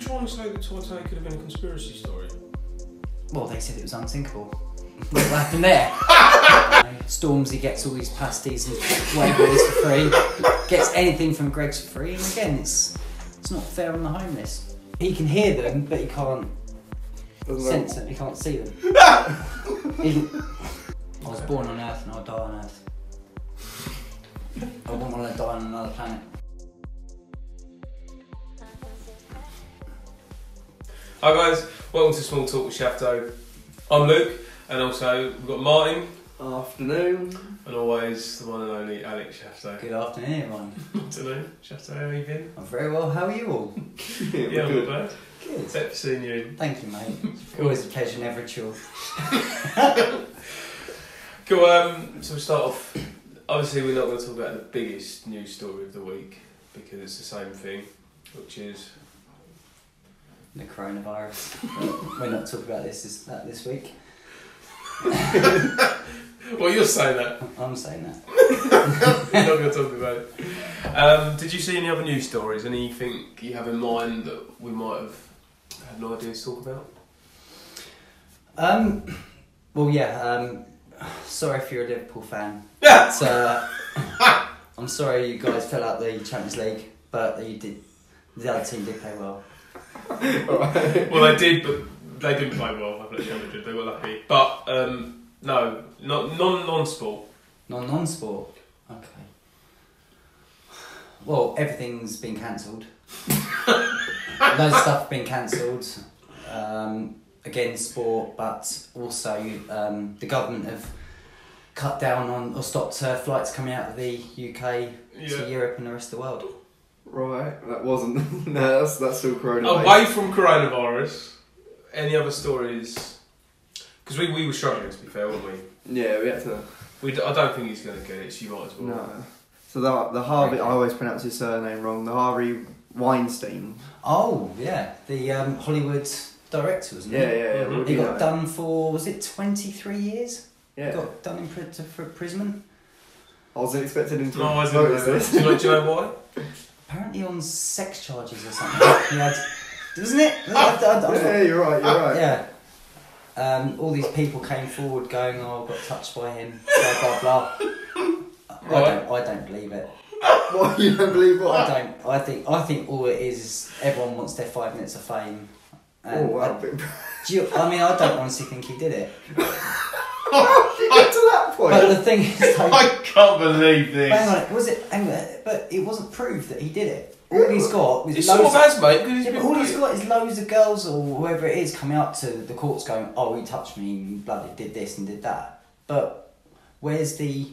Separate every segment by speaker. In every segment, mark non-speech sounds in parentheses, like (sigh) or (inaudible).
Speaker 1: trying to say that Titanic could have been a conspiracy story?
Speaker 2: Well, they said it was unsinkable. what happened there? Stormzy gets all these pasties and Waverley's for free. Gets anything from Greg's for free. And again, it's it's not fair on the homeless. He can hear them, but he can't sense them. He can't see them. He- I was born on Earth and I'll die on Earth. I wouldn't want to die on another planet.
Speaker 1: Hi guys, welcome to Small Talk with Shafto. I'm Luke, and also we've got Martin,
Speaker 3: Afternoon. (laughs)
Speaker 1: and always the one and only Alex Shafto.
Speaker 2: Good afternoon, everyone.
Speaker 1: Afternoon, Shafto, how you been?
Speaker 2: I'm very well. How are you all?
Speaker 3: yeah, we're
Speaker 1: yeah, I'm
Speaker 3: good.
Speaker 1: glad.
Speaker 2: Good.
Speaker 1: Except for seeing you.
Speaker 2: Thank you, mate. Always a pleasure, never a chore.
Speaker 1: Cool. Um, so we start off. Obviously, we're not going to talk about the biggest news story of the week because it's the same thing, which is
Speaker 2: The coronavirus. We're not talking about this this, that this week.
Speaker 1: well, you're saying that.
Speaker 2: I'm saying that.
Speaker 1: We're not going to talk about it. Um, did you see any other news stories? Anything you have in mind that we might have had no idea to talk about?
Speaker 2: Um, well, yeah. Um, sorry if you're a Liverpool fan.
Speaker 1: Yeah.
Speaker 2: But, uh, (laughs) I'm sorry you guys fell out the Champions League, but you did. The other team did play well.
Speaker 1: Well, they did, but they didn't play well. I've let you know they did. They were lucky, but um, no, not non non sport.
Speaker 2: Non non sport. Okay. Well, everything's been
Speaker 3: (laughs)
Speaker 2: cancelled. Loads of stuff been cancelled. Um, again, sport, but also um, the government have cut down on or stopped uh, flights coming out of the UK to
Speaker 1: Yeah.
Speaker 2: Europe and the rest of the world.
Speaker 3: Right, that wasn't. (laughs) no, that's, that's still coronavirus.
Speaker 1: Away from coronavirus, any other stories? Because we, we were struggling to be fair, weren't we?
Speaker 3: Yeah, we had to.
Speaker 1: we d- I don't think he's going to get it. So you might as well.
Speaker 3: No. So the, the Harvey, I always pronounce his surname wrong, the Harvey Weinstein.
Speaker 2: Oh yeah, the um, Hollywood director wasn't
Speaker 3: Yeah,
Speaker 2: it?
Speaker 3: yeah, yeah.
Speaker 1: Mhm.
Speaker 3: would
Speaker 2: Mm-hmm. He
Speaker 3: you
Speaker 2: got
Speaker 3: know?
Speaker 2: done for was it twenty three years?
Speaker 3: Yeah.
Speaker 2: Got done in pri- to- for prison.
Speaker 3: I wasn't expecting him to
Speaker 1: No, I wasn't
Speaker 3: notice
Speaker 1: gonna-
Speaker 3: this.
Speaker 1: Do you
Speaker 3: (laughs)
Speaker 1: know, do you know
Speaker 2: (laughs)
Speaker 1: why?
Speaker 2: Apparently on sex charges or something. (coughs) he had, doesn't it?
Speaker 1: Ah!
Speaker 2: I- I- I- I-
Speaker 3: yeah, you're right, you're right.
Speaker 2: yeah. Um, all these people came forward going, "Oh, I got touched by him." Blah blah blah. I don't. I don't believe it.
Speaker 3: (laughs) What, you don't believe
Speaker 2: I (laughs)
Speaker 3: what?
Speaker 2: don't. I think. I think all it is is everyone wants their five minutes of fame.
Speaker 3: Oh,
Speaker 2: And
Speaker 3: wow.
Speaker 2: I,
Speaker 3: (laughs) Big-
Speaker 2: do you, I mean, I don't honestly think he
Speaker 1: (laughs)
Speaker 2: did it.
Speaker 3: How did you get to that
Speaker 2: But
Speaker 3: point?
Speaker 2: the thing
Speaker 1: (laughs)
Speaker 2: is, like,
Speaker 1: I can't believe
Speaker 2: Hang
Speaker 1: this.
Speaker 2: on, was it? Hang on, but it wasn't proved that he did it. All he's got is
Speaker 1: It's
Speaker 2: loads.
Speaker 1: sort of
Speaker 2: Of,
Speaker 1: has, mate. 'cause he's
Speaker 2: yeah,
Speaker 1: been
Speaker 2: but all he's (laughs)
Speaker 1: brilliant.
Speaker 2: got is loads of girls or whoever it is coming up to the courts going, "Oh, he touched me, and bloody did this and did that." But where's the,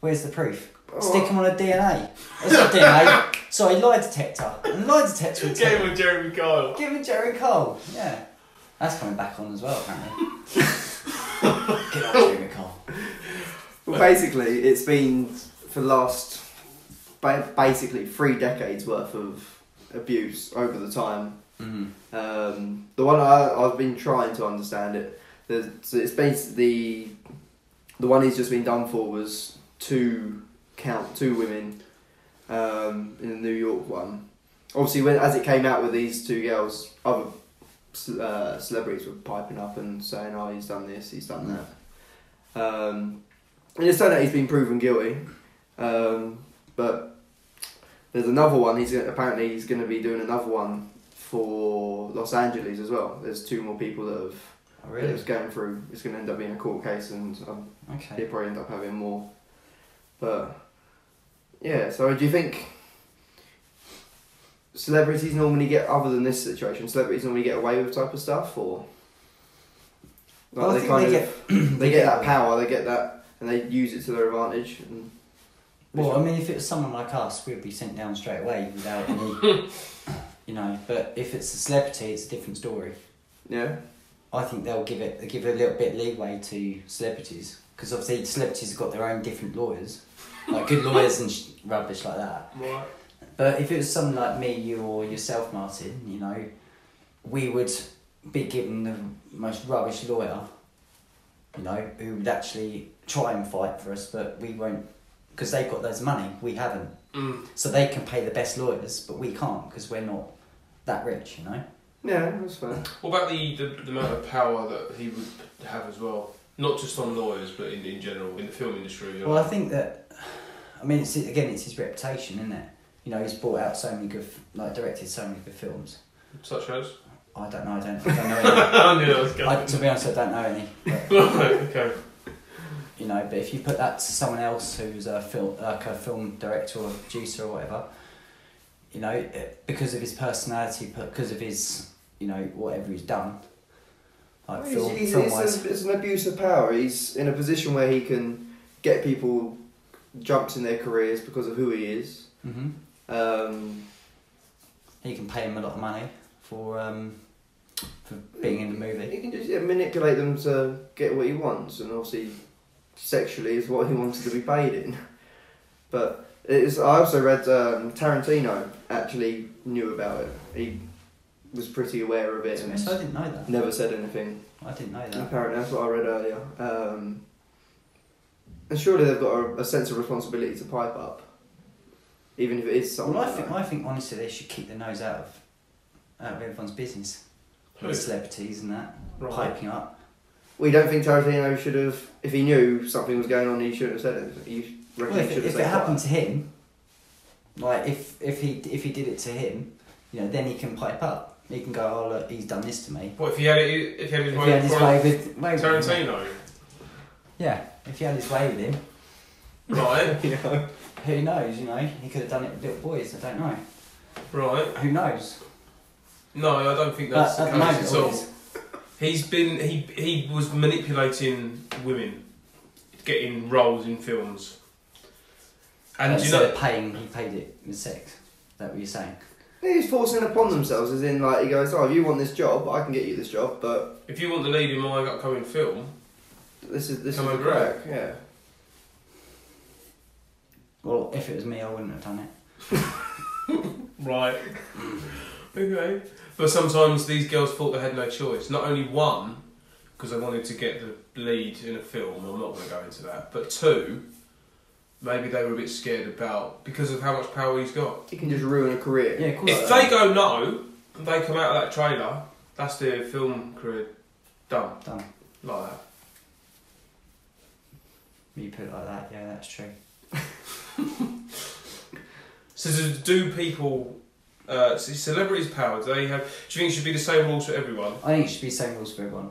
Speaker 2: where's the proof?
Speaker 3: Oh.
Speaker 2: Stick him on a DNA. That's not DNA. Sorry, lie detector. And lie detector. Would
Speaker 1: Get
Speaker 2: tell.
Speaker 1: him with Jeremy Kyle.
Speaker 2: Give him Jerry Cole. Yeah, that's coming back on as well apparently. Get off Jerry Cole.
Speaker 3: Well, basically, it's been for the last ba- basically three decades worth of abuse over the time
Speaker 2: Mm.
Speaker 3: Um, the one I, I've been trying to understand it. There's, so it's basically the one he's just been done for was two count two women um, in the New York one. Obviously, when as it came out with these two girls, other ce- uh, celebrities were piping up and saying, "Oh, he's done this, he's done that." Um, and it's turned out he's been proven guilty, um, but there's another one. He's gonna, apparently he's going to be doing another one for Los Angeles as well. There's two more people that have
Speaker 2: Oh,
Speaker 3: that
Speaker 2: really?
Speaker 3: it's going through. It's going to end up being a court case, and um,
Speaker 2: Okay.
Speaker 3: he'll probably end up having more. But yeah, so do you think celebrities normally get other than this situation? Celebrities normally get away with type of stuff, or like
Speaker 2: Well, I
Speaker 3: they
Speaker 2: think
Speaker 3: kind
Speaker 2: they
Speaker 3: of they,
Speaker 2: they
Speaker 3: get
Speaker 2: get- (clears throat)
Speaker 3: that power, they get that, and they use it to their advantage. And
Speaker 2: Well, I mean, if it was someone like us, we'd be sent down straight away without any, you know. But if it's a celebrity, it's a different story.
Speaker 3: yeah,
Speaker 2: I think they'll give it give a little bit leeway to celebrities because obviously celebrities have got their own different lawyers, like good lawyers and sh- rubbish like that.
Speaker 1: Right.
Speaker 2: But if it was someone like me, you or yourself, Martin, you know, we would be given the most rubbish lawyer, you know, who would actually try and fight for us, but we won't because they've got loads of money, we haven't.
Speaker 1: Mm.
Speaker 2: So they can pay the best lawyers, but we can't because we're not. that rich, you know?
Speaker 3: Yeah, that's fair.
Speaker 1: What about the, the, the amount of power that he would have as well? Not just on lawyers, but in, in general, in the film industry. you know?
Speaker 2: Well, I think that, I mean, it's, again, it's his reputation, isn't it? You know, he's brought out so many good, like, directed so many good films.
Speaker 1: Such as? (laughs)
Speaker 2: I don't know, I don't, I don't know
Speaker 1: I knew that was
Speaker 2: any.
Speaker 1: going.
Speaker 2: I, to be honest, I don't know any. But,
Speaker 1: okay.
Speaker 2: you know, but if you put that to someone else who's a film, like a film director or producer or whatever, you know, it, because of his personality, because of his, you know, whatever he's done, like
Speaker 3: Well,
Speaker 2: film,
Speaker 3: he's- he's-
Speaker 2: film
Speaker 3: it's,
Speaker 2: wise,
Speaker 3: a- it's an abuse of power. He's in a position where he can get people jumps in their careers because of who he is.
Speaker 2: hmm
Speaker 3: Um,
Speaker 2: he can pay him a lot of money for um, for being in the movie.
Speaker 3: he can just yeah, manipulate them to get what he wants, and obviously, sexually is what he (laughs) wanted to be paid in. But it's, I also read um, Tarantino actually knew about it. He was pretty aware of it
Speaker 2: So I
Speaker 3: and
Speaker 2: didn't know that.
Speaker 3: never said anything.
Speaker 2: I didn't know that.
Speaker 3: Apparently, that's what I read earlier. Um, and surely they've got a, a sense of responsibility to pipe up, even if it is something.
Speaker 2: Well, I
Speaker 3: like
Speaker 2: think
Speaker 3: that.
Speaker 2: I think honestly they should keep their nose out of out of everyone's business,
Speaker 1: Who?
Speaker 2: celebrities and that
Speaker 1: Right.
Speaker 2: piping up.
Speaker 3: we don't think Tarantino should have. If he knew something was going on, he shouldn't have said it. You reckon
Speaker 2: Well, if,
Speaker 3: he
Speaker 2: if
Speaker 3: should have
Speaker 2: it
Speaker 3: said
Speaker 2: happened to him, like if if he if he did it to him, you know, then he can pipe up. He can go, oh look, he's done this to me.
Speaker 1: What if he had it? If he had
Speaker 2: If
Speaker 1: his
Speaker 2: he
Speaker 1: way
Speaker 2: had
Speaker 1: with
Speaker 2: his
Speaker 1: Brian
Speaker 2: way with way with him-
Speaker 1: Tarantino,
Speaker 2: yeah, if he had his way with him,
Speaker 1: right?
Speaker 3: that. You know?
Speaker 2: who knows? You know, he could have done it with little boys. I don't know.
Speaker 1: Right.
Speaker 2: Who knows?
Speaker 1: No, I don't think that's
Speaker 2: But at the
Speaker 1: the
Speaker 2: moment,
Speaker 1: case
Speaker 2: it
Speaker 1: at all.
Speaker 2: was-
Speaker 1: He's been he he was manipulating women, getting roles in films. And
Speaker 2: uh,
Speaker 1: you
Speaker 2: so
Speaker 1: know,
Speaker 2: paying he paid it with sex. Is that what you're saying?
Speaker 3: He's forcing it upon themselves, as in, like, he goes, Oh, if you want this job, I can get you this job, but
Speaker 1: if you want the lead in my upcoming film,
Speaker 3: this is this
Speaker 1: Come
Speaker 3: is the
Speaker 1: and grab.
Speaker 3: crack. Yeah.
Speaker 2: Well, if it was me, I wouldn't have done it.
Speaker 1: right? okay. But sometimes these girls thought they had no choice. Not only one, because they wanted to get the lead in a film. I'm not going to go into that. But two, maybe they were a bit scared about because of how much power he's got.
Speaker 3: He can just ruin a career.
Speaker 2: Yeah, of course.
Speaker 1: If they go no, and they come out of that trailer, that's their film career done.
Speaker 2: Done.
Speaker 1: Like that.
Speaker 2: You put it like that, yeah, that's true.
Speaker 1: So do- do people, uh, so celebrities' power, do they have, do you think it should be the same rules for everyone,
Speaker 2: I think it should be the same rules for everyone.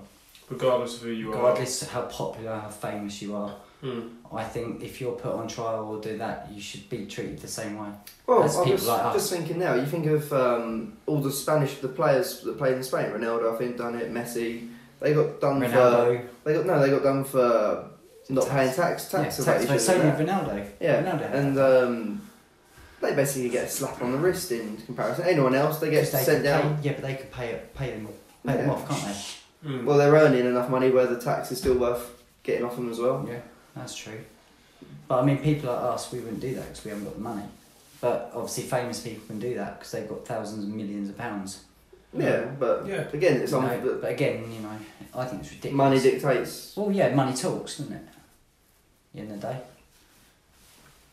Speaker 1: regardless of who you are?
Speaker 2: Regardless of how popular, how famous you are,
Speaker 1: Hmm.
Speaker 2: I think if you're put on trial or do that, you should be treated the same way.
Speaker 3: Well,
Speaker 2: That's
Speaker 3: I
Speaker 2: people
Speaker 3: was
Speaker 2: like us.
Speaker 3: just thinking now. You think of um, all the Spanish, the players that played in Spain. Ronaldo, I think, done it. Messi, they got done for.
Speaker 2: Ronaldo,
Speaker 3: They got no, they got done for not
Speaker 2: Tax.
Speaker 3: paying tax,
Speaker 2: yeah,
Speaker 3: tax
Speaker 2: tax
Speaker 3: evasion.
Speaker 2: so
Speaker 3: and
Speaker 2: did
Speaker 3: that.
Speaker 2: Ronaldo.
Speaker 3: yeah,
Speaker 2: Ronaldo had
Speaker 3: and
Speaker 2: that.
Speaker 3: um, they basically get a slap on the wrist in comparison. Anyone else, they get
Speaker 2: Because they
Speaker 3: sent
Speaker 2: could
Speaker 3: down.
Speaker 2: Pay, yeah, but they could pay it, pay them, pay them
Speaker 3: Yeah.
Speaker 2: off, can't
Speaker 1: Hmm.
Speaker 3: Well, they're earning enough money where the tax is still worth getting off them as well.
Speaker 2: they? Yeah, that's true. But I mean, people like us, we wouldn't do that because we haven't got the money. But obviously, famous people can do that because they've got thousands and millions of pounds.
Speaker 3: Yeah, but
Speaker 1: Yeah.
Speaker 3: again, it's
Speaker 2: you
Speaker 3: something
Speaker 2: know, but again, you know, I think it's
Speaker 3: that
Speaker 2: ridiculous.
Speaker 3: money dictates.
Speaker 2: Well, yeah, money talks, doesn't it? In the day.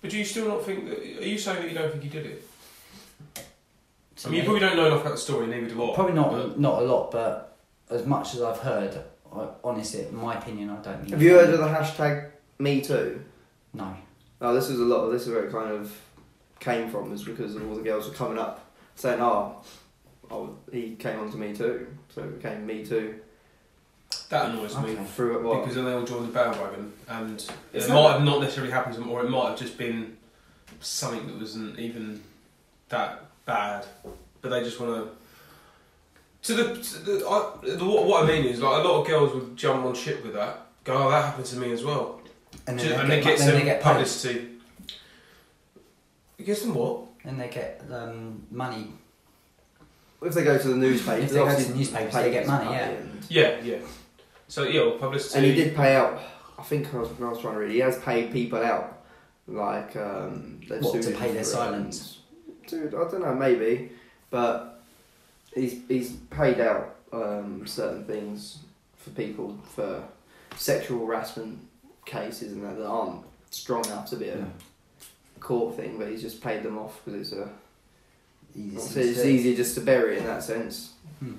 Speaker 1: But do you still not think, that, are you saying that you don't think he did it? I
Speaker 2: to
Speaker 1: mean, you
Speaker 2: me.
Speaker 1: probably don't know enough about the story, neither do I.
Speaker 2: Probably not
Speaker 1: but-
Speaker 2: not a lot, but as much as I've heard, I, honestly, in my opinion, I don't. think-
Speaker 3: Have you heard of the hashtag Me Too?
Speaker 2: No.
Speaker 3: Oh, this is a lot. This is where it kind of came from, is because all the girls were coming up saying, "Oh, oh he came on to me too," so it became me too.
Speaker 1: That annoys me.
Speaker 2: Okay.
Speaker 3: Through it, what?
Speaker 1: Because then they all joined the bandwagon, and
Speaker 3: It's
Speaker 1: it
Speaker 3: not-
Speaker 1: might have not necessarily happened to them, or it might have just been something that wasn't even that bad. But they just want to. To the, to the, I, the what, what I mean is, like a lot of girls would jump on shit with that. Go, oh, that happened to me as well,
Speaker 2: And
Speaker 1: Ju-
Speaker 2: then,
Speaker 1: and
Speaker 2: they,
Speaker 1: they
Speaker 2: get,
Speaker 1: get
Speaker 2: then
Speaker 1: some
Speaker 2: they get paid.
Speaker 1: publicity. It gets them what?
Speaker 2: Then they get um, money.
Speaker 3: if they go to the newspaper,
Speaker 2: If they go to
Speaker 3: obviously
Speaker 2: the newspapers, they get money, yeah.
Speaker 3: And,
Speaker 1: Yeah, yeah. So yeah, well, publicity.
Speaker 3: and he did pay out. I think I was, when I was trying to read. He has paid people out, like um, they've
Speaker 2: What, to
Speaker 3: sued him
Speaker 2: pay their
Speaker 3: for it
Speaker 2: silence?
Speaker 3: and- Dude, I don't know, maybe, but he's he's paid out um, certain things for people for sexual harassment cases and that that aren't strong enough to be a
Speaker 2: Yeah.
Speaker 3: court thing, but he's just paid them off because it's a
Speaker 4: Easy
Speaker 3: So
Speaker 4: to
Speaker 3: it's
Speaker 4: see.
Speaker 3: easier just to bury it in that sense.
Speaker 2: Hmm.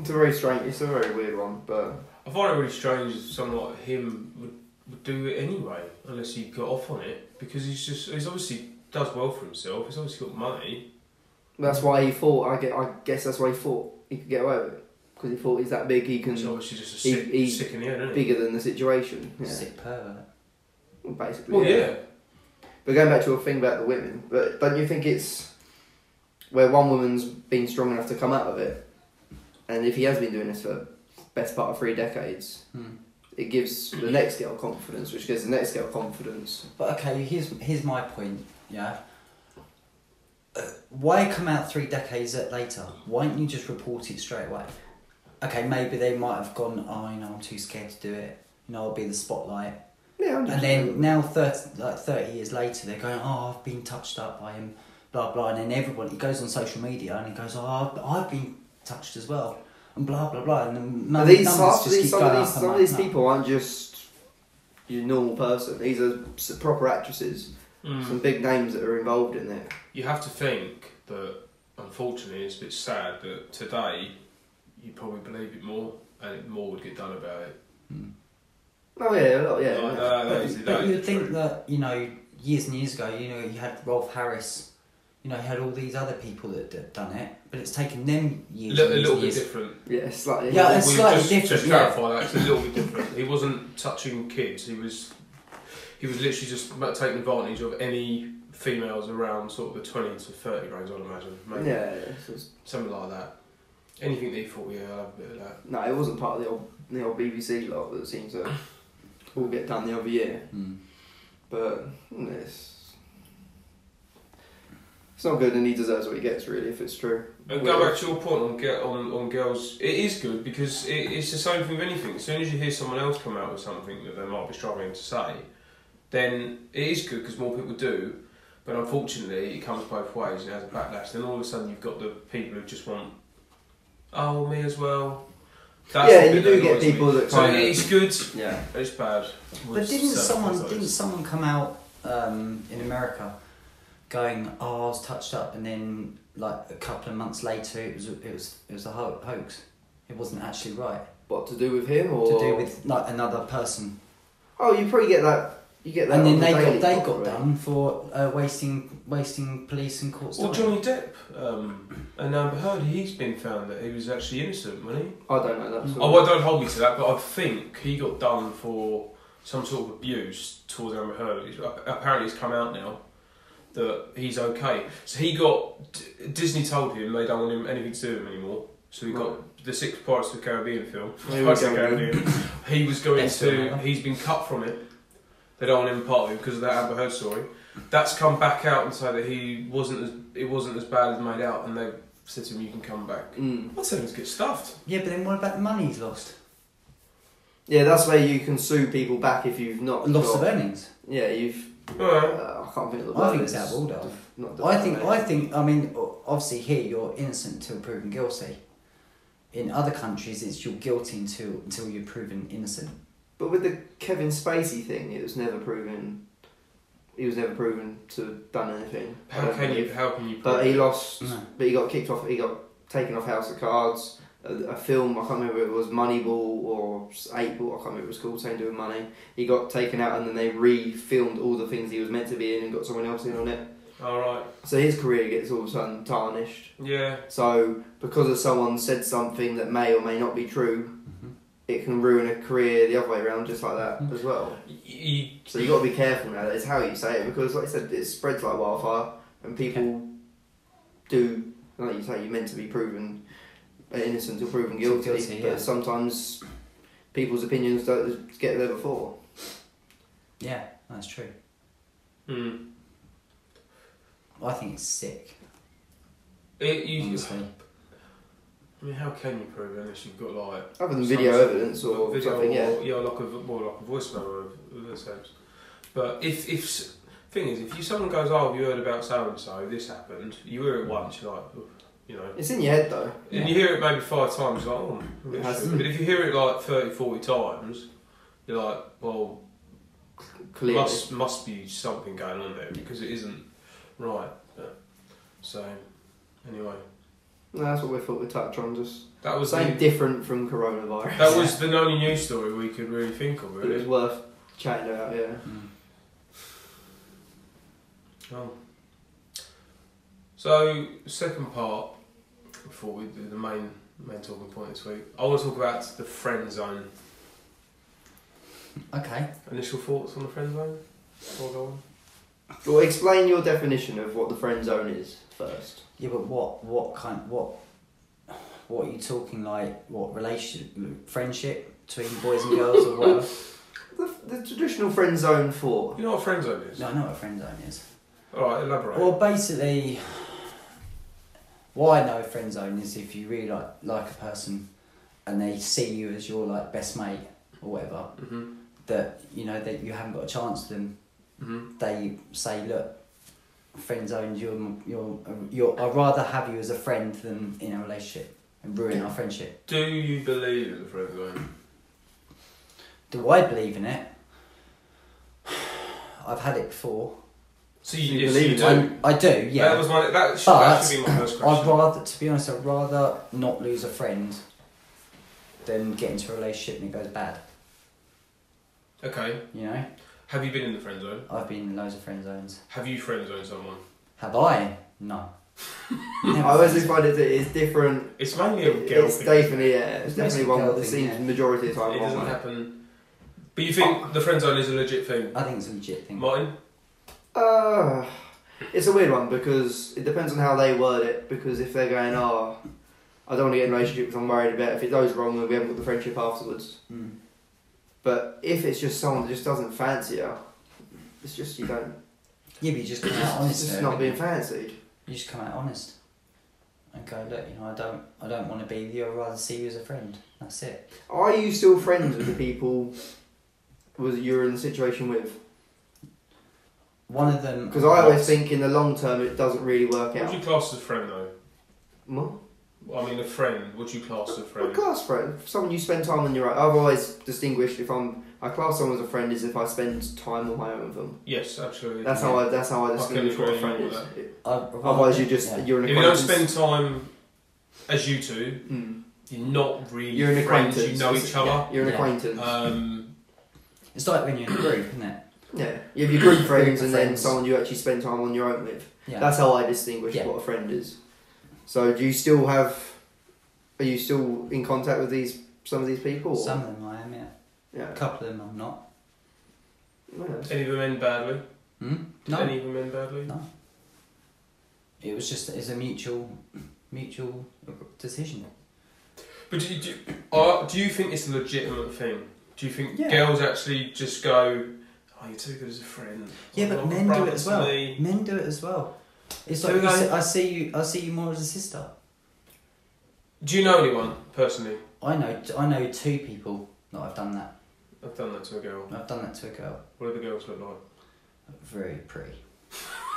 Speaker 3: It's a very strange. It's a very weird one, but
Speaker 1: I find it really strange that someone like him would, would do it anyway, unless he got off on it, because he's just he's obviously does well for himself. He's obviously got money.
Speaker 3: that's why he thought. I, get, I guess that's why he thought he could get away with it because he thought he's that big. He
Speaker 1: He's
Speaker 3: can
Speaker 1: obviously just a
Speaker 3: Mm. he-
Speaker 1: sick,
Speaker 3: he's
Speaker 1: sick in the head, isn't he?
Speaker 3: bigger than the situation. Yeah,
Speaker 2: Sick pervert.
Speaker 3: basically.
Speaker 1: Well, yeah.
Speaker 3: But going back to your thing about the women, but don't you think it's where one woman's been strong enough to come out of it, and if he has been doing this for best part of three decades,
Speaker 2: Hmm.
Speaker 3: it gives the next girl confidence, which gives the next girl confidence.
Speaker 2: But okay, here's here's my point. Yeah. Uh, Why come out three decades later? Why don't you just report it straight away? Okay, maybe they might have gone. Oh, you know, I'm too scared to do it. You know, I'll be the spotlight.
Speaker 3: Yeah,
Speaker 2: And then now, 30, like thirty years later, they're going, "Oh, I've been touched up by him," blah blah. And then everyone he goes on social media and he goes, "Oh, I've- I've been touched as well," and blah blah blah. And then num-
Speaker 3: these
Speaker 2: numbers
Speaker 3: half
Speaker 2: just
Speaker 3: these,
Speaker 2: keep
Speaker 3: some
Speaker 2: going
Speaker 3: of these,
Speaker 2: up and
Speaker 3: some of
Speaker 2: up
Speaker 3: these
Speaker 2: and up.
Speaker 3: people aren't just your normal person. These are s- proper actresses,
Speaker 1: Mm.
Speaker 3: some big names that are involved in it.
Speaker 1: You have to think that, unfortunately, it's a bit sad that today you probably believe it more and more would get done about it.
Speaker 2: Hmm.
Speaker 3: Oh yeah, a lot, yeah.
Speaker 1: Like,
Speaker 3: yeah.
Speaker 1: that- that is- that
Speaker 2: But, but
Speaker 1: is
Speaker 2: you would think
Speaker 1: true.
Speaker 2: that you know years and years ago, you know, you had Rolf Harris, you know, you had all these other people that had done it, but it's taken them
Speaker 1: A
Speaker 2: years.
Speaker 1: little, a
Speaker 2: and years
Speaker 1: little
Speaker 2: and
Speaker 1: bit
Speaker 2: years.
Speaker 1: different.
Speaker 3: yeah, slightly.
Speaker 2: Yeah,
Speaker 1: Well,
Speaker 2: it's
Speaker 1: we-
Speaker 2: slightly
Speaker 1: just,
Speaker 2: different,
Speaker 1: Just
Speaker 2: yeah.
Speaker 1: clarify that it's a little bit different. He wasn't touching kids. He was, he was literally just about taking advantage of any females around sort of the twenty to thirty range. I'd imagine, maybe
Speaker 3: yeah. it's just-
Speaker 1: something like that. Anything that he thought, yeah, I'll have a bit of that.
Speaker 3: No, it wasn't part of the old the old BBC lot that seemed to all get done the other year.
Speaker 2: Mm.
Speaker 3: But mm, it's it's not good, and he deserves what he gets really if it's true.
Speaker 1: And go back to your point Oh, on get on, on girls. It is good because it, it's the same thing with anything. As soon as you hear someone else come out with something that they might be struggling to say, then it is good because more people do. But unfortunately, it comes both ways and it has a backlash. Then all of a sudden, you've got the people who just want, oh, me as well.
Speaker 3: Yeah,
Speaker 1: the
Speaker 3: you
Speaker 1: bit
Speaker 3: do get
Speaker 1: annoys me.
Speaker 3: people that
Speaker 1: So
Speaker 3: kind of-
Speaker 1: it's good.
Speaker 3: Yeah.
Speaker 1: It's bad.
Speaker 2: But
Speaker 1: Certain
Speaker 2: didn't someone
Speaker 1: context.
Speaker 2: didn't someone come out um, in America going, "Oh, I was touched up," and then like a couple of months later, it was it was it was a ho- hoax. It wasn't actually right
Speaker 3: What to do with him or
Speaker 2: to do with like another person
Speaker 3: Oh, you probably get that. You get that.
Speaker 2: And then
Speaker 3: on the
Speaker 2: they
Speaker 3: daily,
Speaker 2: got they got
Speaker 3: probably.
Speaker 2: done for uh, wasting wasting police and courts
Speaker 1: Well,
Speaker 2: time.
Speaker 1: Johnny Depp um, and Amber Heard, he's been found that he was actually innocent, wasn't he?
Speaker 3: I don't know that.
Speaker 1: Oh, well, don't hold me to that, but I think he got done for some sort of abuse towards Amber Heard. It's- Apparently, it's come out now that he's okay. So he got D- Disney told him they don't want him anything to do with him anymore. So he got the Six Pirates of the Caribbean film.
Speaker 3: Here we
Speaker 1: Pirates of the
Speaker 3: go again.
Speaker 1: Caribbean. He was going
Speaker 2: Best film
Speaker 1: to.
Speaker 2: ever.
Speaker 1: He's been cut from it. They don't want him part of it because of that Amber Heard story. That's come back out and said that he wasn't as it wasn't as bad as made out, and they said to him, "You can come back."
Speaker 3: Mm.
Speaker 1: I'd say let's get stuffed.
Speaker 2: Yeah, but then what about the money he's lost?
Speaker 3: Yeah, that's where you can sue people back if you've not
Speaker 2: Loss of
Speaker 3: got-
Speaker 2: earnings.
Speaker 3: Yeah, you've.
Speaker 1: Alright.
Speaker 3: Uh, I can't think of the
Speaker 2: I
Speaker 3: word.
Speaker 2: think it's
Speaker 3: It's
Speaker 2: out of order.
Speaker 3: def- not
Speaker 2: I think I
Speaker 3: defamation.
Speaker 2: think I mean o- obviously here you're innocent until proven guilty. In other countries, it's you're guilty until until you're proven innocent.
Speaker 3: But with the Kevin Spacey thing, it was never proven. He was never proven to have done anything. I
Speaker 1: How
Speaker 3: don't
Speaker 1: can you?
Speaker 3: believe.
Speaker 1: How can you?
Speaker 3: But he lost.
Speaker 2: No.
Speaker 3: But he got kicked off. He got taken off House of Cards. A, a film I can't remember if it was Moneyball or Eight Ball. I can't remember what it was called. Something to do with money. He got taken out, and then they re-filmed all the things he was meant to be in, and got someone else in on it.
Speaker 1: All right.
Speaker 3: So his career gets all of a sudden tarnished.
Speaker 1: Yeah.
Speaker 3: So because of someone said something that may or may not be true,
Speaker 1: Mm-hmm.
Speaker 2: Mhm.
Speaker 3: it can ruin a career the other way around, just like that as well.
Speaker 1: You,
Speaker 3: So you got to be careful now. It's how you say it because, like I said, it spreads like wildfire, and people do, like you say, you're meant to be proven innocent or proven
Speaker 2: Guilty,
Speaker 3: guilty. but
Speaker 2: yeah.
Speaker 3: sometimes people's opinions don't get there before.
Speaker 2: Yeah, that's true.
Speaker 1: mm,
Speaker 2: I think it's sick.
Speaker 1: it, you,
Speaker 2: Honestly,
Speaker 1: I mean, how can you prove it unless you've got like
Speaker 3: Other than
Speaker 1: some
Speaker 3: video
Speaker 1: sort of
Speaker 3: evidence or
Speaker 1: video
Speaker 3: something, yeah.
Speaker 1: or, yeah, like a vo- more like a voice memo of, of those types. But if if s- thing is, if you someone goes, oh, have you heard about so and so? This happened. You hear it once, you're like, "Ugh," you know.
Speaker 3: It's in your head though.
Speaker 1: And you hear it maybe five times, you're like, oh, I'm
Speaker 3: It
Speaker 1: not
Speaker 3: has-
Speaker 1: sure. but if you hear it like 30, 40 times, you're like, well,
Speaker 3: Clearly,
Speaker 1: must must be something going on there because it isn't right. Yeah. So Anyway,
Speaker 3: No, that's what we thought we'd touch on. Just
Speaker 1: that was
Speaker 3: something
Speaker 1: the,
Speaker 3: different from coronavirus.
Speaker 1: that was the only news story we could really think of.
Speaker 3: It was
Speaker 1: Really.
Speaker 3: worth chatting about. Yeah.
Speaker 2: Mm.
Speaker 1: Oh. So second part before we do the main main talking point this week, I want to talk about the friend zone.
Speaker 2: Okay.
Speaker 1: Initial thoughts on the friend zone? Before I go on?
Speaker 3: Well, explain your definition of what the friend zone is first.
Speaker 2: Yeah, but what what kind what what are you talking like? What relation friendship between boys and girls or whatever?
Speaker 3: The, the traditional friend zone for
Speaker 1: You know what a friend zone is?
Speaker 2: No, I know what a friend zone is.
Speaker 1: All right, elaborate.
Speaker 2: Well, basically, what I know of friend zone is if you really like like a person, and they see you as your like best mate or whatever,
Speaker 1: hmm
Speaker 2: that you know that you haven't got a chance with them.
Speaker 1: hmm
Speaker 2: They say, look, friend zone. You're m- you're you're. I'd rather have you as a friend than in a relationship and ruin our friendship.
Speaker 1: Do you believe in the friend zone?
Speaker 2: Do I believe in it? (sighs) I've had it before.
Speaker 1: So
Speaker 3: Do
Speaker 1: you,
Speaker 3: you
Speaker 1: yes,
Speaker 3: believe
Speaker 1: you
Speaker 3: in
Speaker 1: do.
Speaker 3: it?
Speaker 2: I do. Yeah.
Speaker 1: That was my that
Speaker 3: Oh,
Speaker 1: should,
Speaker 2: But
Speaker 1: that should be
Speaker 3: (coughs)
Speaker 1: my first
Speaker 2: I'd
Speaker 1: question.
Speaker 2: rather, to be honest, I'd rather not lose a friend than get into a relationship and it goes bad.
Speaker 1: Okay.
Speaker 2: You know,
Speaker 1: Have you been in the friend zone?
Speaker 2: I've been in loads of friend zones.
Speaker 1: Have you friend zoned someone?
Speaker 2: Have I?
Speaker 3: (laughs)
Speaker 2: No. Never.
Speaker 3: I always find it that it's different.
Speaker 1: It's mainly a girl
Speaker 3: It's
Speaker 1: thing.
Speaker 3: definitely yeah, it's
Speaker 2: It's mostly
Speaker 3: definitely one
Speaker 2: girl
Speaker 3: that
Speaker 2: thing,
Speaker 3: seems
Speaker 2: yeah.
Speaker 3: majority of the time
Speaker 1: It doesn't
Speaker 3: wrong.
Speaker 1: happen. But you think the friend zone is a legit thing,
Speaker 2: I think it's a legit thing.
Speaker 1: Martin?
Speaker 3: Uh, it's a weird one because it depends on how they word it. Because if they're going, oh, I don't want to get in a relationship because I'm worried about if it goes wrong, then we haven't got the friendship afterwards.
Speaker 2: Mm.
Speaker 3: But if it's just someone that just doesn't fancy her, it's just you don't.
Speaker 2: Yeah, but you just come out
Speaker 3: It's
Speaker 2: honest.
Speaker 3: just
Speaker 2: though,
Speaker 3: not
Speaker 2: don't
Speaker 3: being
Speaker 2: you?
Speaker 3: fancied.
Speaker 2: You just come out honest and go, look, you know, I don't, I don't want to be with you. I'd rather see you as a friend. That's it.
Speaker 3: Are you still friends with the people was you're in the situation with?
Speaker 2: One of them.
Speaker 3: Because I always think in the long term it doesn't really work
Speaker 1: Would
Speaker 3: out.
Speaker 1: you class as a friend though?
Speaker 3: What?
Speaker 1: I mean, a friend. Would you class as a
Speaker 3: A
Speaker 1: friend?
Speaker 3: class friend, someone you spend time on your own. I've always distinguished if I'm I class someone as a friend is if I spend time on my own with them.
Speaker 1: Yes, absolutely.
Speaker 3: That's how I. That's how
Speaker 1: I
Speaker 3: I
Speaker 1: can
Speaker 3: distinguish what a
Speaker 1: agree
Speaker 3: friend
Speaker 1: with
Speaker 3: is.
Speaker 1: that.
Speaker 3: It-
Speaker 2: I'd rather-
Speaker 3: Otherwise, you just
Speaker 2: yeah.
Speaker 3: you're an
Speaker 1: if you don't
Speaker 3: acquaintance.
Speaker 1: spend time as you two,
Speaker 3: Hmm.
Speaker 1: you're not really
Speaker 3: You're an
Speaker 1: friends.
Speaker 3: acquaintance.
Speaker 1: You know each other.
Speaker 3: You're an
Speaker 2: Yeah.
Speaker 3: acquaintance.
Speaker 1: Um,
Speaker 2: It's like when you're in a group, isn't it?
Speaker 3: yeah, you have your
Speaker 2: (coughs)
Speaker 3: group friends and then
Speaker 2: friends.
Speaker 3: someone you actually spend time on your own with.
Speaker 2: Yeah.
Speaker 3: That's how I distinguish
Speaker 2: Yeah.
Speaker 3: what a friend is. So, do you still have? Are you still in contact with these some of these people? or-
Speaker 2: Some of them I am. Yeah.
Speaker 3: Yeah.
Speaker 2: A couple of them I'm not.
Speaker 3: Yeah.
Speaker 1: any of them end badly?
Speaker 2: Hmm?
Speaker 1: Did
Speaker 2: No.
Speaker 1: any of them end badly?
Speaker 2: No. It was just it's a mutual, mutual decision.
Speaker 1: But do you, do, are, do you think it's a legitimate thing? Do you think
Speaker 2: Yeah.
Speaker 1: girls actually just go, oh, you're too good as a friend?
Speaker 2: Yeah,
Speaker 1: Or,
Speaker 2: but
Speaker 1: "Oh,
Speaker 2: men do
Speaker 1: brother
Speaker 2: it as
Speaker 1: to
Speaker 2: well.
Speaker 1: me."
Speaker 2: Men do it as well. It's
Speaker 1: So
Speaker 2: like you
Speaker 1: like-
Speaker 2: see, I see you. I see you more as a sister.
Speaker 1: Do you know anyone, personally?
Speaker 2: I know. I know two people that I've done that.
Speaker 1: I've done that to a girl.
Speaker 2: I've done that to a girl.
Speaker 1: What do the girls look like?
Speaker 2: Very pretty.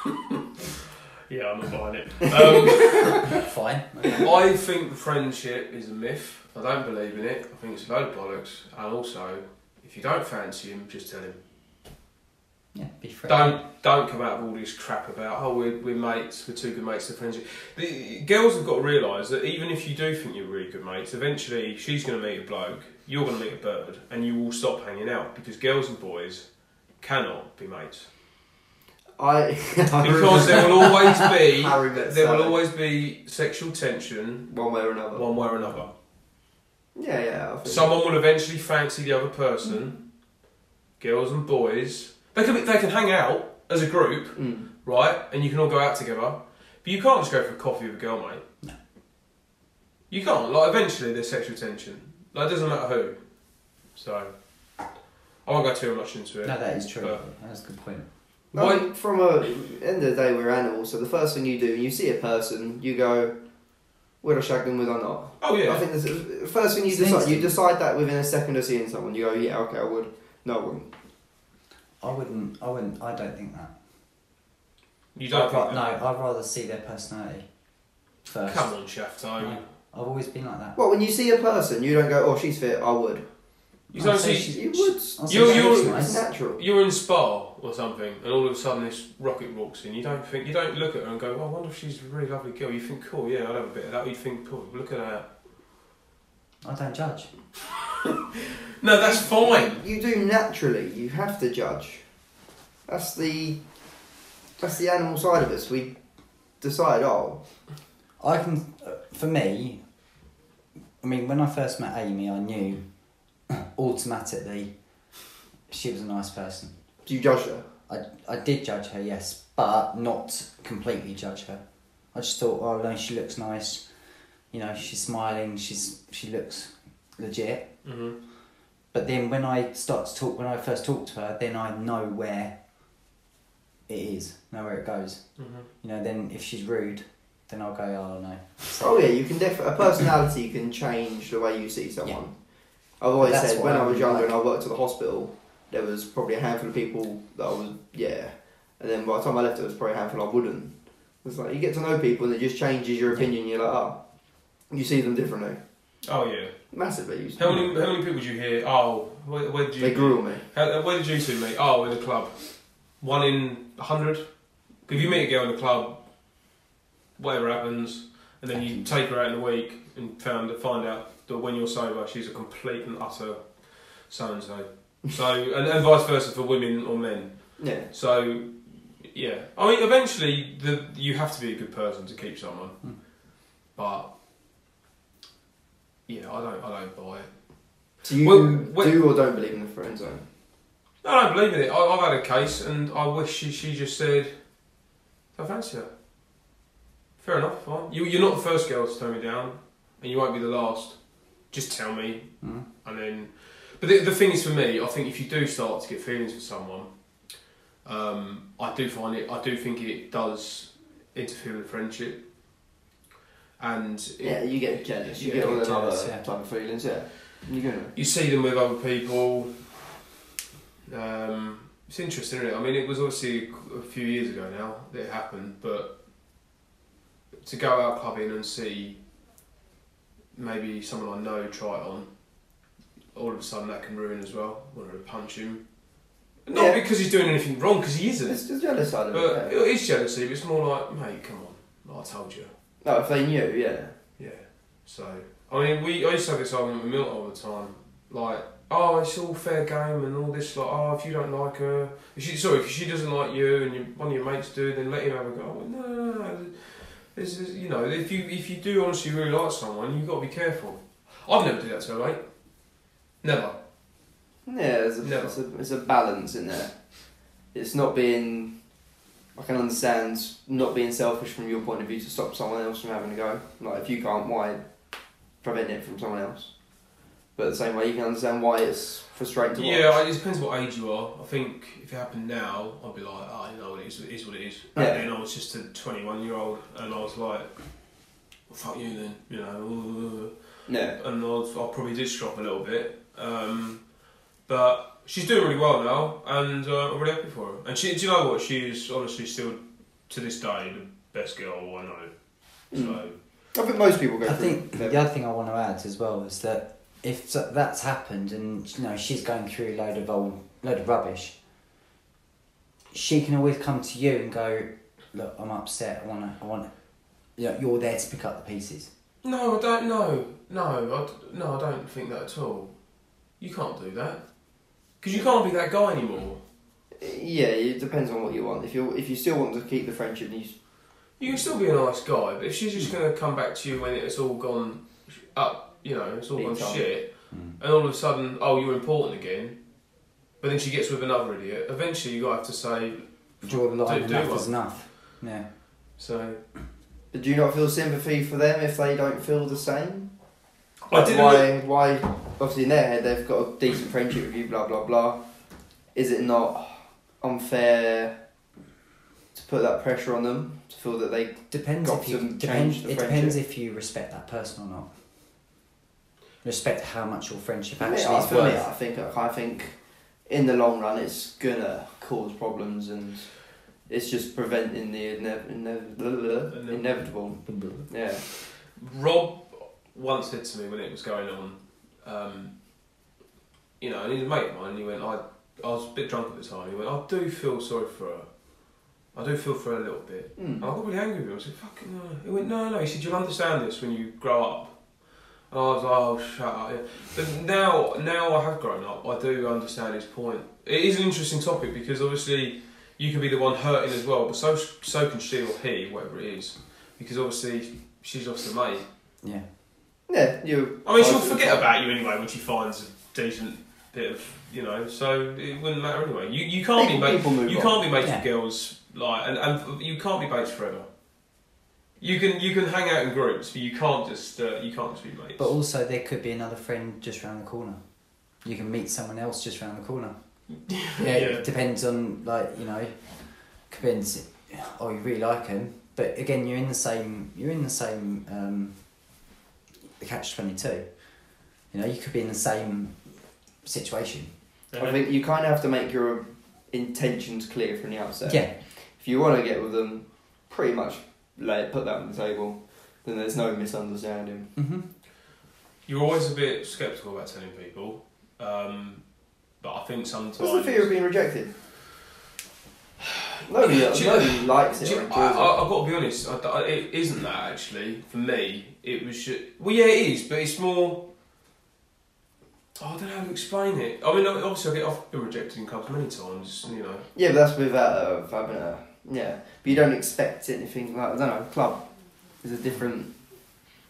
Speaker 2: (laughs)
Speaker 1: Yeah, I'm not buying it. (laughs) Um,
Speaker 2: Fine.
Speaker 1: I think friendship is a myth. I don't believe in it. I think it's a load of bollocks. And also, if you don't fancy him, just tell him.
Speaker 2: Yeah. Be friendly. (laughs)
Speaker 1: Don't don't come out of all this crap about oh we're, we're mates, we're two good mates, to friendship. The girls have got to realise that even if you do think you're really good mates, eventually she's going to meet a bloke, you're going to meet a bird, and you will stop hanging out because girls and boys cannot be mates
Speaker 3: I, (laughs) I
Speaker 1: because there will always
Speaker 3: (laughs)
Speaker 1: be
Speaker 3: I remember
Speaker 1: there will
Speaker 3: that.
Speaker 1: always be sexual tension
Speaker 3: one way or another.
Speaker 1: one way or another.
Speaker 3: Yeah, yeah. I think-
Speaker 1: Someone will eventually fancy the other person. Girls and boys, they can be, they can hang out as a group.
Speaker 3: Mm.
Speaker 1: right? And you can all go out together. But you can't just go for a coffee with a girl, mate.
Speaker 2: No.
Speaker 1: You can't. Like, eventually there's sexual tension. Like, it doesn't matter who. So, I won't go too much into it.
Speaker 2: No, that is true.
Speaker 1: But-
Speaker 2: That's a good point.
Speaker 3: I
Speaker 1: Why-
Speaker 3: mean, from a end of the day, we're animals. So the first thing you do, when you see a person, you go, "Would I shag them? Would I not?"
Speaker 1: Oh,
Speaker 3: I
Speaker 1: yeah.
Speaker 3: think that's the first thing you
Speaker 2: It's
Speaker 3: decide. You
Speaker 2: instinct.
Speaker 3: decide that within a second of seeing someone. You go, "Yeah, okay, I would." No, I wouldn't.
Speaker 2: I wouldn't. I wouldn't. I don't think that.
Speaker 1: You don't
Speaker 2: I'd ra-
Speaker 1: think
Speaker 2: no.
Speaker 1: that.
Speaker 2: I'd rather see their personality first.
Speaker 1: Come on, Shafto.
Speaker 2: No, I've always been like that.
Speaker 3: Well, when you see a person, you don't go, "Oh, she's fit. I would."
Speaker 1: You
Speaker 2: I'd
Speaker 1: don't
Speaker 2: say
Speaker 1: see-
Speaker 2: she's-
Speaker 3: It would.
Speaker 2: I'd say
Speaker 1: You-
Speaker 2: she
Speaker 1: you-
Speaker 2: looks
Speaker 1: you're-
Speaker 3: It's
Speaker 2: nice.
Speaker 3: natural.
Speaker 1: You're in Spa or something, and all of a sudden this rocket walks in. You don't think, you don't look at her and go, "Oh, I wonder if she's a really lovely girl." You think, "Cool, yeah, I'll have a bit of that." You think, "Cool, look at that."
Speaker 2: I don't judge.
Speaker 1: No, that's fine.
Speaker 3: You do naturally. You have to judge. That's the that's the animal side of us. We decide. Oh,
Speaker 2: I can, for me, I mean, when I first met Amy, I knew (clears throat) automatically she was a nice person.
Speaker 3: do you judge her?
Speaker 2: I, I did judge her, yes, but not completely judge her. I just thought, oh no, she looks nice. You know, she's smiling. She's she looks legit.
Speaker 1: hmm
Speaker 2: But then when I start to talk, when I first talk to her, then I know where it is, know where it goes.
Speaker 1: hmm
Speaker 2: You know, then if she's rude, then I'll go, oh no.
Speaker 3: Oh yeah, you can definitely. A personality can change the way you see someone. I've always
Speaker 2: That's
Speaker 3: said
Speaker 2: what
Speaker 3: when
Speaker 2: I
Speaker 3: I was
Speaker 2: really
Speaker 3: younger
Speaker 2: like.
Speaker 3: and I worked at the hospital, there was probably a handful of people that I was yeah, and then by the time I left, there was probably a handful I wouldn't. It's like you get to know people and it just changes your opinion. You're like, oh, you see them differently,
Speaker 1: Oh yeah.
Speaker 3: massively. You
Speaker 1: How many how many people do you hear? Oh, where, where did you?
Speaker 3: They grew on me.
Speaker 1: How, uh, where did you two meet? Oh, in a club. One in a hundred. If you meet a girl in a club, whatever happens, and then you take her out in a week and found find out that when you're sober, she's a complete and utter so and so. So and, and vice versa for women or men.
Speaker 3: Yeah,
Speaker 1: So yeah, I mean, eventually the, you have to be a good person to keep someone,
Speaker 2: Hmm.
Speaker 1: but yeah, I don't I don't buy it.
Speaker 3: so you
Speaker 1: Well,
Speaker 3: do-
Speaker 1: well-
Speaker 3: do or don't believe in the friend zone.
Speaker 1: No, I don't believe in it. I, I've had a case, and I wish she, she just said, "I fancy her." Fair enough. Fine. You, you're not the first girl to turn me down, and you won't be the last. Just tell me,
Speaker 2: Mm.
Speaker 1: and then. But the, the thing is, for me, I think if you do start to get feelings for someone, um, I do find it. I do think it does interfere with friendship. And it-
Speaker 3: Yeah, you get jealous. You
Speaker 1: Yeah,
Speaker 3: get all them
Speaker 2: jealous,
Speaker 3: other
Speaker 2: yeah.
Speaker 3: type of feelings. Yeah, you're gonna.
Speaker 1: you see them with other people. Um, it's interesting, isn't it? I mean, it was obviously a few years ago now that it happened, but to go out clubbing and see maybe someone I know try it on, all of a sudden that can ruin as well. Wanted to punch him. Not
Speaker 3: Yeah.
Speaker 1: because he's doing anything wrong, because he isn't.
Speaker 3: It's the jealous side of
Speaker 1: But
Speaker 3: it. yeah.
Speaker 1: it is jealousy, but it's more like, mate, come on, I told you.
Speaker 3: No, if they knew, yeah.
Speaker 1: Yeah. So I mean, we I used to have this argument with Milt all the time. Like, oh, it's all fair game and all this. Like, oh, if you don't like her, if she sorry, if she doesn't like you and your, one of your mates do, then let him have a go. Well, no, no, no, no. This is you know, if you if you do honestly really like someone, you've got to be careful. I've never did that to a mate. Never.
Speaker 3: Yeah, there's a,
Speaker 1: No.
Speaker 3: it's, a, it's a balance in there. It's not being. I can understand not being selfish from your point of view to stop someone else from having a go. Like, if you can't, why prevent it from someone else? But the same way, you can understand why it's frustrating to watch.
Speaker 1: Yeah, I- it depends what age you are. I think if it happened now, I'd be like, oh, you know, it is, it is what it is. Back
Speaker 3: Yeah.
Speaker 1: then, I was just a 21 year old, and I was like, well, fuck you then, you know.
Speaker 3: Yeah.
Speaker 1: And I'll, I'll probably did drop a little bit. Um, but she's doing really well now, and uh, I'm really happy for her. And she, do you know what? She is honestly still, to this day, the best girl I know. So,
Speaker 3: I think most people go
Speaker 2: I
Speaker 3: through
Speaker 2: think
Speaker 3: their-
Speaker 2: the other thing I want to add as well is that if so- that's happened and you know she's going through a load of old, load of rubbish, she can always come to you and go, look, I'm upset. I want to, I want to. You know, you're there to pick up the pieces.
Speaker 1: no, I don't know. No, I, d- no, I don't think that at all. You can't do that. Because you can't be that guy anymore.
Speaker 3: Yeah, it depends on what you want. If you if you still want to keep the friendship, you
Speaker 1: You can still be a nice guy, but if she's just going to come back to you when it's all gone up, you know, it's all
Speaker 3: Big
Speaker 1: gone
Speaker 3: time.
Speaker 1: shit,
Speaker 3: Mm.
Speaker 1: and all of a sudden, oh, you're important again, but then she gets with another idiot, eventually you got to have to say,
Speaker 2: Draw the line.
Speaker 1: Do- do
Speaker 2: enough
Speaker 1: one.
Speaker 2: is enough. Yeah.
Speaker 1: so.
Speaker 3: but do you not feel sympathy for them if they don't feel the same?
Speaker 1: I
Speaker 3: Like,
Speaker 1: didn't.
Speaker 3: why, why, obviously in their head they've got a decent friendship with you, blah, blah, blah. Is it not unfair to put that pressure on them to feel that they.
Speaker 2: Depends
Speaker 3: Got
Speaker 2: if you
Speaker 3: to
Speaker 2: depends.
Speaker 3: change the
Speaker 2: It depends if you respect that person or not. Respect how much your friendship
Speaker 3: I,
Speaker 2: actually
Speaker 3: mean, I-
Speaker 2: is
Speaker 3: for me,
Speaker 2: worth.
Speaker 3: I think, I think in the long run it's gonna cause problems and it's just preventing the ine- ine- blah, blah, blah,
Speaker 1: Inevitable.
Speaker 3: inevitable. Yeah.
Speaker 1: Rob once said to me when it was going on, um, you know, and he's a mate of mine, and he went, I, I was a bit drunk at the time. He went, I do feel sorry for her. I do feel for her a little bit.
Speaker 3: Mm.
Speaker 1: And I got really angry with him. I said, fucking no. He went, no, no. He said, you'll understand this when you grow up. And I was like, oh, shut up. Yeah. But now, now I have grown up, I do understand his point. It is an interesting topic because obviously you can be the one hurting as well, but so, so can she or he, whatever it is. Because obviously she's lost a mate.
Speaker 2: Yeah.
Speaker 3: Yeah, you.
Speaker 1: I mean, she'll forget about you anyway when she finds a decent bit of, you know, so it wouldn't matter anyway. You, you can't
Speaker 3: People,
Speaker 1: be made
Speaker 3: people move
Speaker 1: you
Speaker 3: on.
Speaker 1: can't be mates
Speaker 2: Yeah.
Speaker 1: with girls like, and, and you can't be mates forever. You can you can hang out in groups, but you can't just uh, you can't just be mates.
Speaker 2: But
Speaker 1: (laughs)
Speaker 2: also, there could be another friend just round the corner. You can meet someone else just round the corner. Yeah,
Speaker 1: Yeah.
Speaker 2: it depends on like you know, depends. Oh, you really like him, but again, you're in the same. You're in the same. Um, the catch twenty two. You know, you could be in the same situation.
Speaker 3: I think you kind of have to make your intentions clear from the outset.
Speaker 2: Yeah,
Speaker 3: If you want to get with them, pretty much lay put that on the table. Then there's no misunderstanding.
Speaker 2: hmm
Speaker 1: You're always a bit sceptical about telling people, um, but I think sometimes.
Speaker 3: What's the fear of being rejected? (sighs) Nobody,
Speaker 1: Do you-
Speaker 3: nobody likes it.
Speaker 1: Do
Speaker 3: or
Speaker 1: you-
Speaker 3: enjoys
Speaker 1: I,
Speaker 3: it.
Speaker 1: I, I've got to be honest. I, I- it isn't that actually for me. It was ju- well, yeah, it is, but it's more. oh, I don't know how to explain it. I mean, obviously, I get I've been rejected in clubs many times. You know,
Speaker 3: Yeah, but that's without uh, having a yeah. But you don't expect anything like I don't know. Club is a different.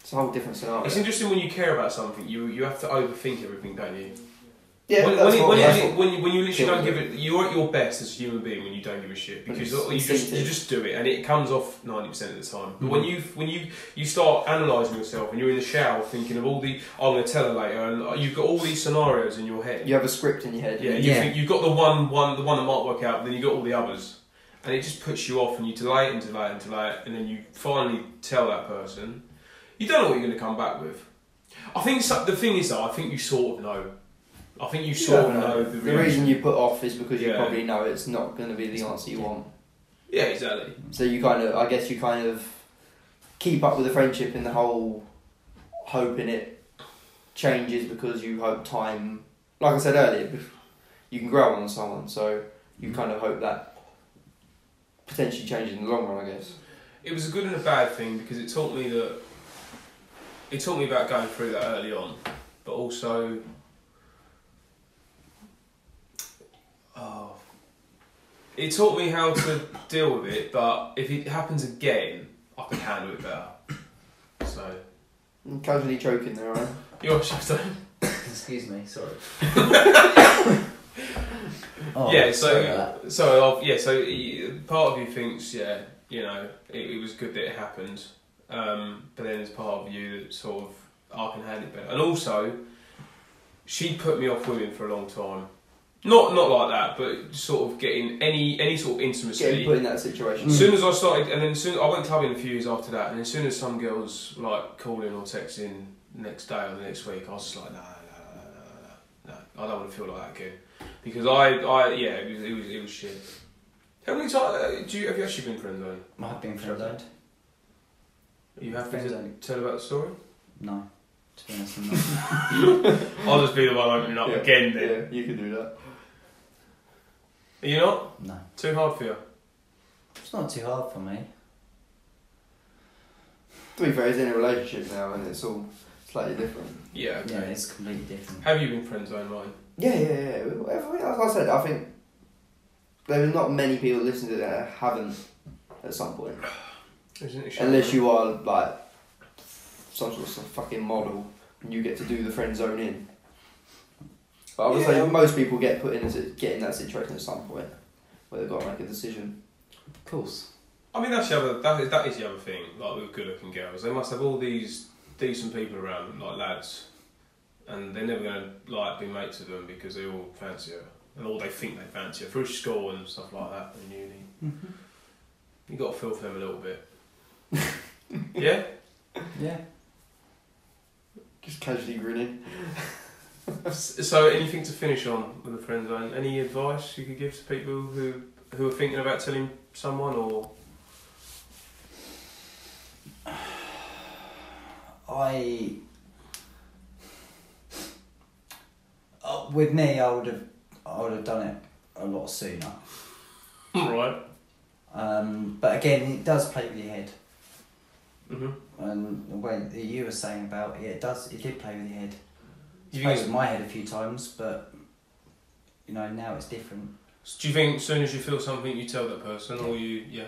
Speaker 3: It's a whole different scenario.
Speaker 1: It's interesting when you care about something, you you have to overthink everything, don't you?
Speaker 3: yeah,
Speaker 1: when,
Speaker 3: that's
Speaker 1: when, you-
Speaker 3: what,
Speaker 1: when,
Speaker 3: that's
Speaker 1: you,
Speaker 3: what-
Speaker 1: when you when you literally don't
Speaker 3: kills
Speaker 1: give it, you're at your best as a human being when you don't give a shit
Speaker 3: When
Speaker 1: because
Speaker 3: it's
Speaker 1: you just you
Speaker 3: instinctive.
Speaker 1: just do it and it comes off ninety percent of the time. But
Speaker 3: Mm-hmm.
Speaker 1: when you when you you start analysing yourself and you're in the shower thinking of all the "Oh, I'm going to tell her later and uh, you've got all these scenarios in your head.
Speaker 3: you have a script in your head.
Speaker 1: Yeah,
Speaker 3: Yeah.
Speaker 1: you
Speaker 2: Yeah.
Speaker 1: Think you've got the one, one, the one that might work out, but then you've got all the others, and it just puts you off, and you delay it and delay it and delay it, and then you finally tell that person, you don't know what you're going to come back with. I think so, the thing is, though, I think you sort of know. I think you sort of know the,
Speaker 3: the
Speaker 1: real-
Speaker 3: reason you put off is because you
Speaker 1: Yeah.
Speaker 3: probably know it's not going to be the answer you want.
Speaker 1: Yeah, exactly.
Speaker 3: So you kind of, I guess, you kind of keep up with the friendship in the whole hoping it changes because you hope time. Like I said earlier, you can grow on someone, so you kind of hope that potentially changes in the long run. I guess.
Speaker 1: It was a good and a bad thing because it taught me that. It taught me about going through that early on, but also. Oh, it taught me how to deal with it, but if it happens again, I can handle it better. So.
Speaker 3: I'm casually choking there, aren't
Speaker 1: You're shut up.
Speaker 2: Excuse me, sorry. (laughs) oh,
Speaker 1: yeah,
Speaker 2: sorry about
Speaker 1: so
Speaker 2: that.
Speaker 1: so I've, yeah, so y- part of you thinks yeah, you know, it, it was good that it happened, um, but then there's part of you that sort of I can handle it better. And also, she put me off women for a long time, not not like that, but sort of getting any any sort of
Speaker 3: I?
Speaker 1: intimacy.
Speaker 3: Getting put in that situation.
Speaker 1: As soon as I started, and then soon I went clubbing a few years after that, and as soon as some girls were, like calling or texting the next day or the next week, I was just like, no, no, no, no, no, no, I don't want to feel like that again, because I, I, yeah, it was, it was, it was shit. How many times do you have you actually been friend zone?
Speaker 2: I've been friend zoned.
Speaker 1: You have
Speaker 2: Friend
Speaker 1: to
Speaker 2: zoned.
Speaker 1: tell about the story.
Speaker 2: No, to be honest, I'm not. (laughs)
Speaker 1: I'll just be the one opening up
Speaker 3: Yeah.
Speaker 1: again then.
Speaker 3: Yeah, you can do that.
Speaker 1: Are you not
Speaker 2: No,
Speaker 1: too hard for you?
Speaker 2: it's not too hard for me.
Speaker 3: To be fair, he's in a relationship now, and it's all slightly different.
Speaker 1: Yeah. Okay.
Speaker 2: Yeah, it's completely different.
Speaker 1: Have you been friend zone, Ryan?
Speaker 3: Yeah, yeah, yeah. Whatever- As I said, I think there are not many people listening to that that haven't at some point.
Speaker 1: Isn't it
Speaker 3: Unless you are like some sort of fucking model and you get to do the friend zone in. But I would
Speaker 1: Yeah.
Speaker 3: say most people get put in a si- get in that situation at some point where they've got to make a decision.
Speaker 2: Of course.
Speaker 1: I mean, that's the other. That is, that is the other thing. Like with good-looking girls, they must have all these decent people around, like lads, and they're never going to like be mates with them because they all fancy her, and all they think they fancy her through school and stuff like that and uni. You got to feel for them a little (laughs) bit. yeah,
Speaker 2: Yeah.
Speaker 3: Just casually grinning.
Speaker 1: S- So, anything to finish on with the friend zone? Any advice you could give to people who who are thinking about telling someone, or
Speaker 2: I. Oh, with me, I would have, I would have done it a lot sooner.
Speaker 1: (laughs) Right.
Speaker 2: Um, but again, it does play with your head,
Speaker 1: hmm
Speaker 2: and the way that you were saying about it, it does, it did play with your head.
Speaker 1: You think
Speaker 2: It played
Speaker 1: it's-
Speaker 2: with my head a few times, but you know now it's different.
Speaker 1: Do you think as soon as you feel something, you tell that person, or you, yeah?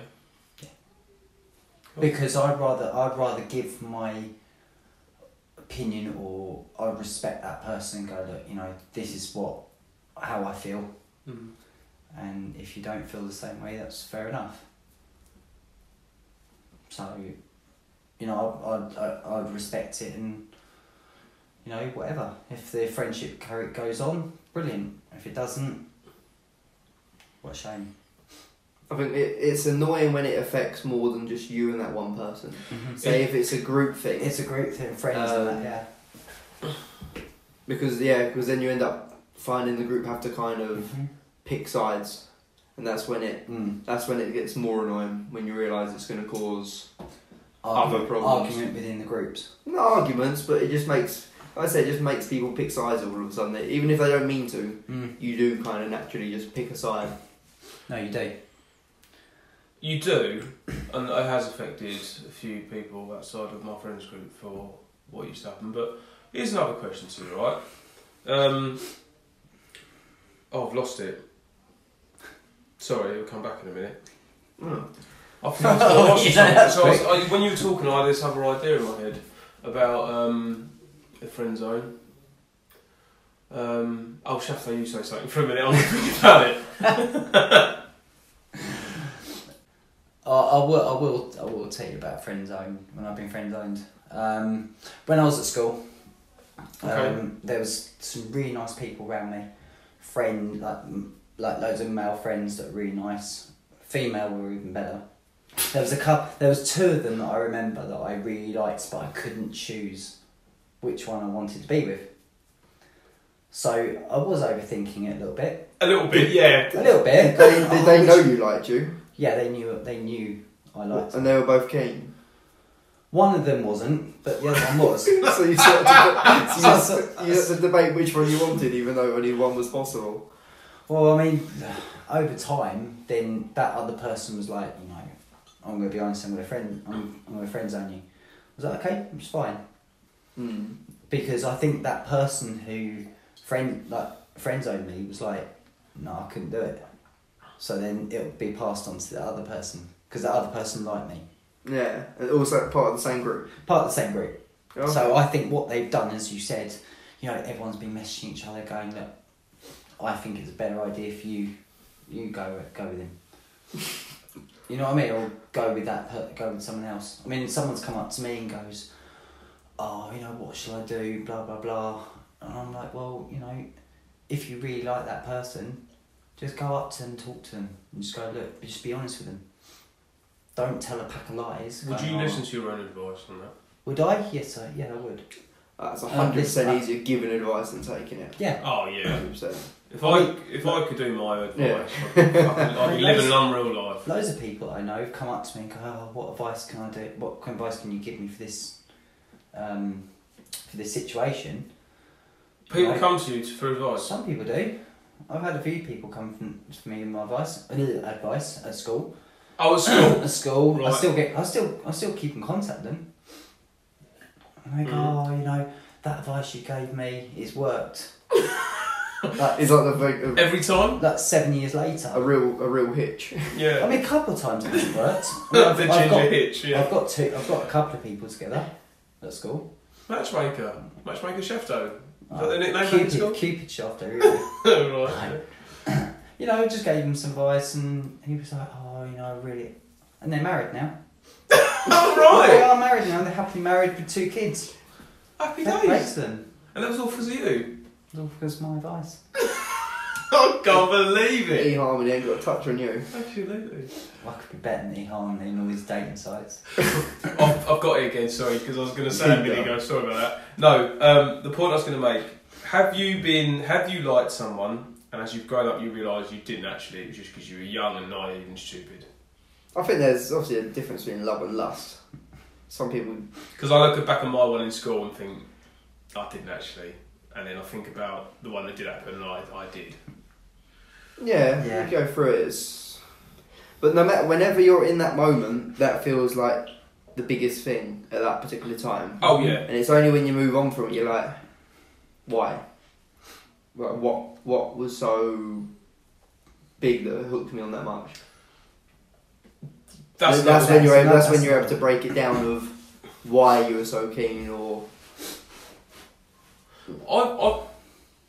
Speaker 1: Cool.
Speaker 2: Because I'd rather, I'd rather give my opinion or I respect that person and go, look, you know, this is what, how I feel.
Speaker 1: Mm.
Speaker 2: and if you don't feel the same way, that's fair enough. So, you know, I'd, I'd, I'd respect it and, you know, whatever. If the friendship go- goes on, brilliant. If it doesn't, what a shame.
Speaker 3: I think it, it's annoying when it affects more than just you and that one person.
Speaker 2: Mhm.
Speaker 3: Say if it's a group thing,
Speaker 2: It's a group thing, friends and
Speaker 3: Um,
Speaker 2: that, yeah.
Speaker 3: because yeah, because then you end up finding the group have to kind of
Speaker 2: Mhm.
Speaker 3: pick sides, and that's when it
Speaker 2: Mm.
Speaker 3: that's when it gets more annoying when you realise it's going to cause
Speaker 2: Argument,
Speaker 3: problems.
Speaker 2: argument within the groups.
Speaker 3: not arguments, but it just makes like I say it just makes people pick sides all of a sudden. Even if they don't mean to,
Speaker 2: Mm.
Speaker 3: you do kind of naturally just pick a side.
Speaker 2: No, you do.
Speaker 1: You do, and it has affected a few people outside of my friends group for what used to happen. But here's another question to you, right? Um, oh, I've lost it. Sorry, it'll come back in a minute.
Speaker 2: Hmm.
Speaker 3: Mm.
Speaker 1: I forgot
Speaker 2: (laughs)
Speaker 1: I lost
Speaker 2: Yeah,
Speaker 1: it. somewhere.
Speaker 2: that's
Speaker 1: so I was, I, when you were talking, I had this other idea in my head about um, the friend zone. Um, oh, Shafto, you say something for a minute. I'm thinking about it.
Speaker 2: I, I will. I will. I will tell you about friend zone when I've been friend zoned. Um, when I was at school, um,
Speaker 1: Okay.
Speaker 2: there was some really nice people around me, friend like m- like loads of male friends that were really nice. Female were even better. There was a couple. There was two of them that I remember that I really liked, but I couldn't choose which one I wanted to be with. So I was overthinking it a little bit.
Speaker 1: A little bit, yeah.
Speaker 2: A little bit.
Speaker 3: They, they, they
Speaker 2: Which-
Speaker 3: know you liked you,
Speaker 2: Yeah, they knew. They knew I liked.
Speaker 3: and they were both keen.
Speaker 2: One of them wasn't, but the other one was.
Speaker 3: so you sort of deba- you
Speaker 2: So- (laughs)
Speaker 3: had
Speaker 2: so-
Speaker 3: to, you had to debate which one you wanted, even though only one was possible.
Speaker 2: Well, I mean, over time, then that other person was like, you know, I'm going to be honest, I'm going to friend, I'm, I'm going to friend zone you. I was like, okay, it's fine, Hmm.
Speaker 3: Mm.
Speaker 2: because I think that person who friend like friend zoned me was like, no, I couldn't do it. So then it would be passed on to the other person because the other person liked me,
Speaker 3: Yeah, and also part of the same group.
Speaker 2: part of the same group.
Speaker 3: Yeah.
Speaker 2: So I think what they've done, as you said, you know, everyone's been messaging each other, going, "Look, I think it's a better idea if you, you go go with him." you know what I mean? Or go with that, per- go with someone else. I mean, someone's come up to me and goes, "Oh, you know, what shall I do?" Blah blah blah, and I'm like, "Well, you know, if you really like that person, just go up to them, talk to them, and just go, look, just be honest with them. Don't tell a pack of lies."
Speaker 1: Would
Speaker 2: going,
Speaker 1: you
Speaker 2: "Oh,
Speaker 1: listen to your own advice on that?
Speaker 2: Would I? Yes, I. Yeah, I would.
Speaker 3: That's
Speaker 2: Um,
Speaker 3: hundred
Speaker 2: this-
Speaker 3: percent easier giving advice than taking it.
Speaker 2: Yeah.
Speaker 1: Oh yeah.
Speaker 3: 100%.
Speaker 1: If I if I could do my advice,
Speaker 3: Yeah.
Speaker 1: I'd, be fucking- I'd be living an unreal life.
Speaker 2: Loads of people I know have come up to me and go, oh, "What advice can I do? What advice can you give me for this, um, for this situation?"
Speaker 1: People
Speaker 2: Right.
Speaker 1: come to you for advice.
Speaker 2: Some people do. I've had a few people come from, to me and my advice, uh, advice at school.
Speaker 1: Oh, at school.
Speaker 2: At school,
Speaker 1: Right.
Speaker 2: I still get, I still, I still keep in contact with them. And they go,
Speaker 1: Mm.
Speaker 2: "Oh, you know, that advice you gave me, it's worked."
Speaker 3: It's like the, thing-
Speaker 1: (coughs)
Speaker 3: a,
Speaker 1: Every time.
Speaker 2: That's seven years
Speaker 1: (laughs)
Speaker 3: a
Speaker 2: later.
Speaker 3: real a real hitch.
Speaker 2: I
Speaker 1: Yeah.
Speaker 2: mean, a couple of times it has worked. I
Speaker 1: (laughs)
Speaker 2: mean,
Speaker 1: the
Speaker 2: I've-
Speaker 1: ginger
Speaker 2: I've got-
Speaker 1: hitch. Yeah.
Speaker 2: I've got two. I've got a couple of people together at school.
Speaker 1: Matchmaker. Matchmaker Shefto. Is that
Speaker 2: Uh,
Speaker 1: the nickname at
Speaker 2: Cupid,
Speaker 1: school?
Speaker 2: Cupid
Speaker 1: (laughs)
Speaker 2: shaft really.
Speaker 1: right.
Speaker 2: you know, I just gave him some advice, and he was like, "Oh, you know, I really." And they're married now.
Speaker 1: All (laughs)
Speaker 2: They
Speaker 1: right.
Speaker 2: are married now. They're happily married with two kids.
Speaker 1: Happy
Speaker 2: Fair play
Speaker 1: days.
Speaker 2: to them.
Speaker 1: And that was all for you. (laughs)
Speaker 2: It's all because of my advice.
Speaker 1: I can't believe
Speaker 3: (laughs) E
Speaker 1: it.
Speaker 3: Harmony ain't got a touch on you.
Speaker 1: Absolutely.
Speaker 2: I could be betting that harm in all these dating sites.
Speaker 1: I've, I've got it again, sorry, because I was going to say a minute
Speaker 3: Tinder.
Speaker 1: ago, sorry about that. No, um, the point I was going to make, have you been, have you liked someone, and as you've grown up you realise you didn't actually, it was just because you were young and naive and stupid?
Speaker 3: I think there's obviously a difference between love and lust. Some people
Speaker 1: Because I look back at my one in school and think, I didn't actually. and then I think about the one that did happen, and I, I did.
Speaker 3: Yeah,
Speaker 2: Yeah.
Speaker 3: you go through it. It's... But no matter, whenever you're in that moment, that feels like the biggest thing at that particular time.
Speaker 1: Oh yeah,
Speaker 3: And it's only when you move on from it, you're like, why? Like, what what was so big that hooked me on that much?
Speaker 1: that's
Speaker 3: That- that's
Speaker 2: not-
Speaker 3: when you're
Speaker 2: that's
Speaker 3: able, that's
Speaker 2: not-
Speaker 3: when you're able to break it down of why you were so keen or
Speaker 1: I, I,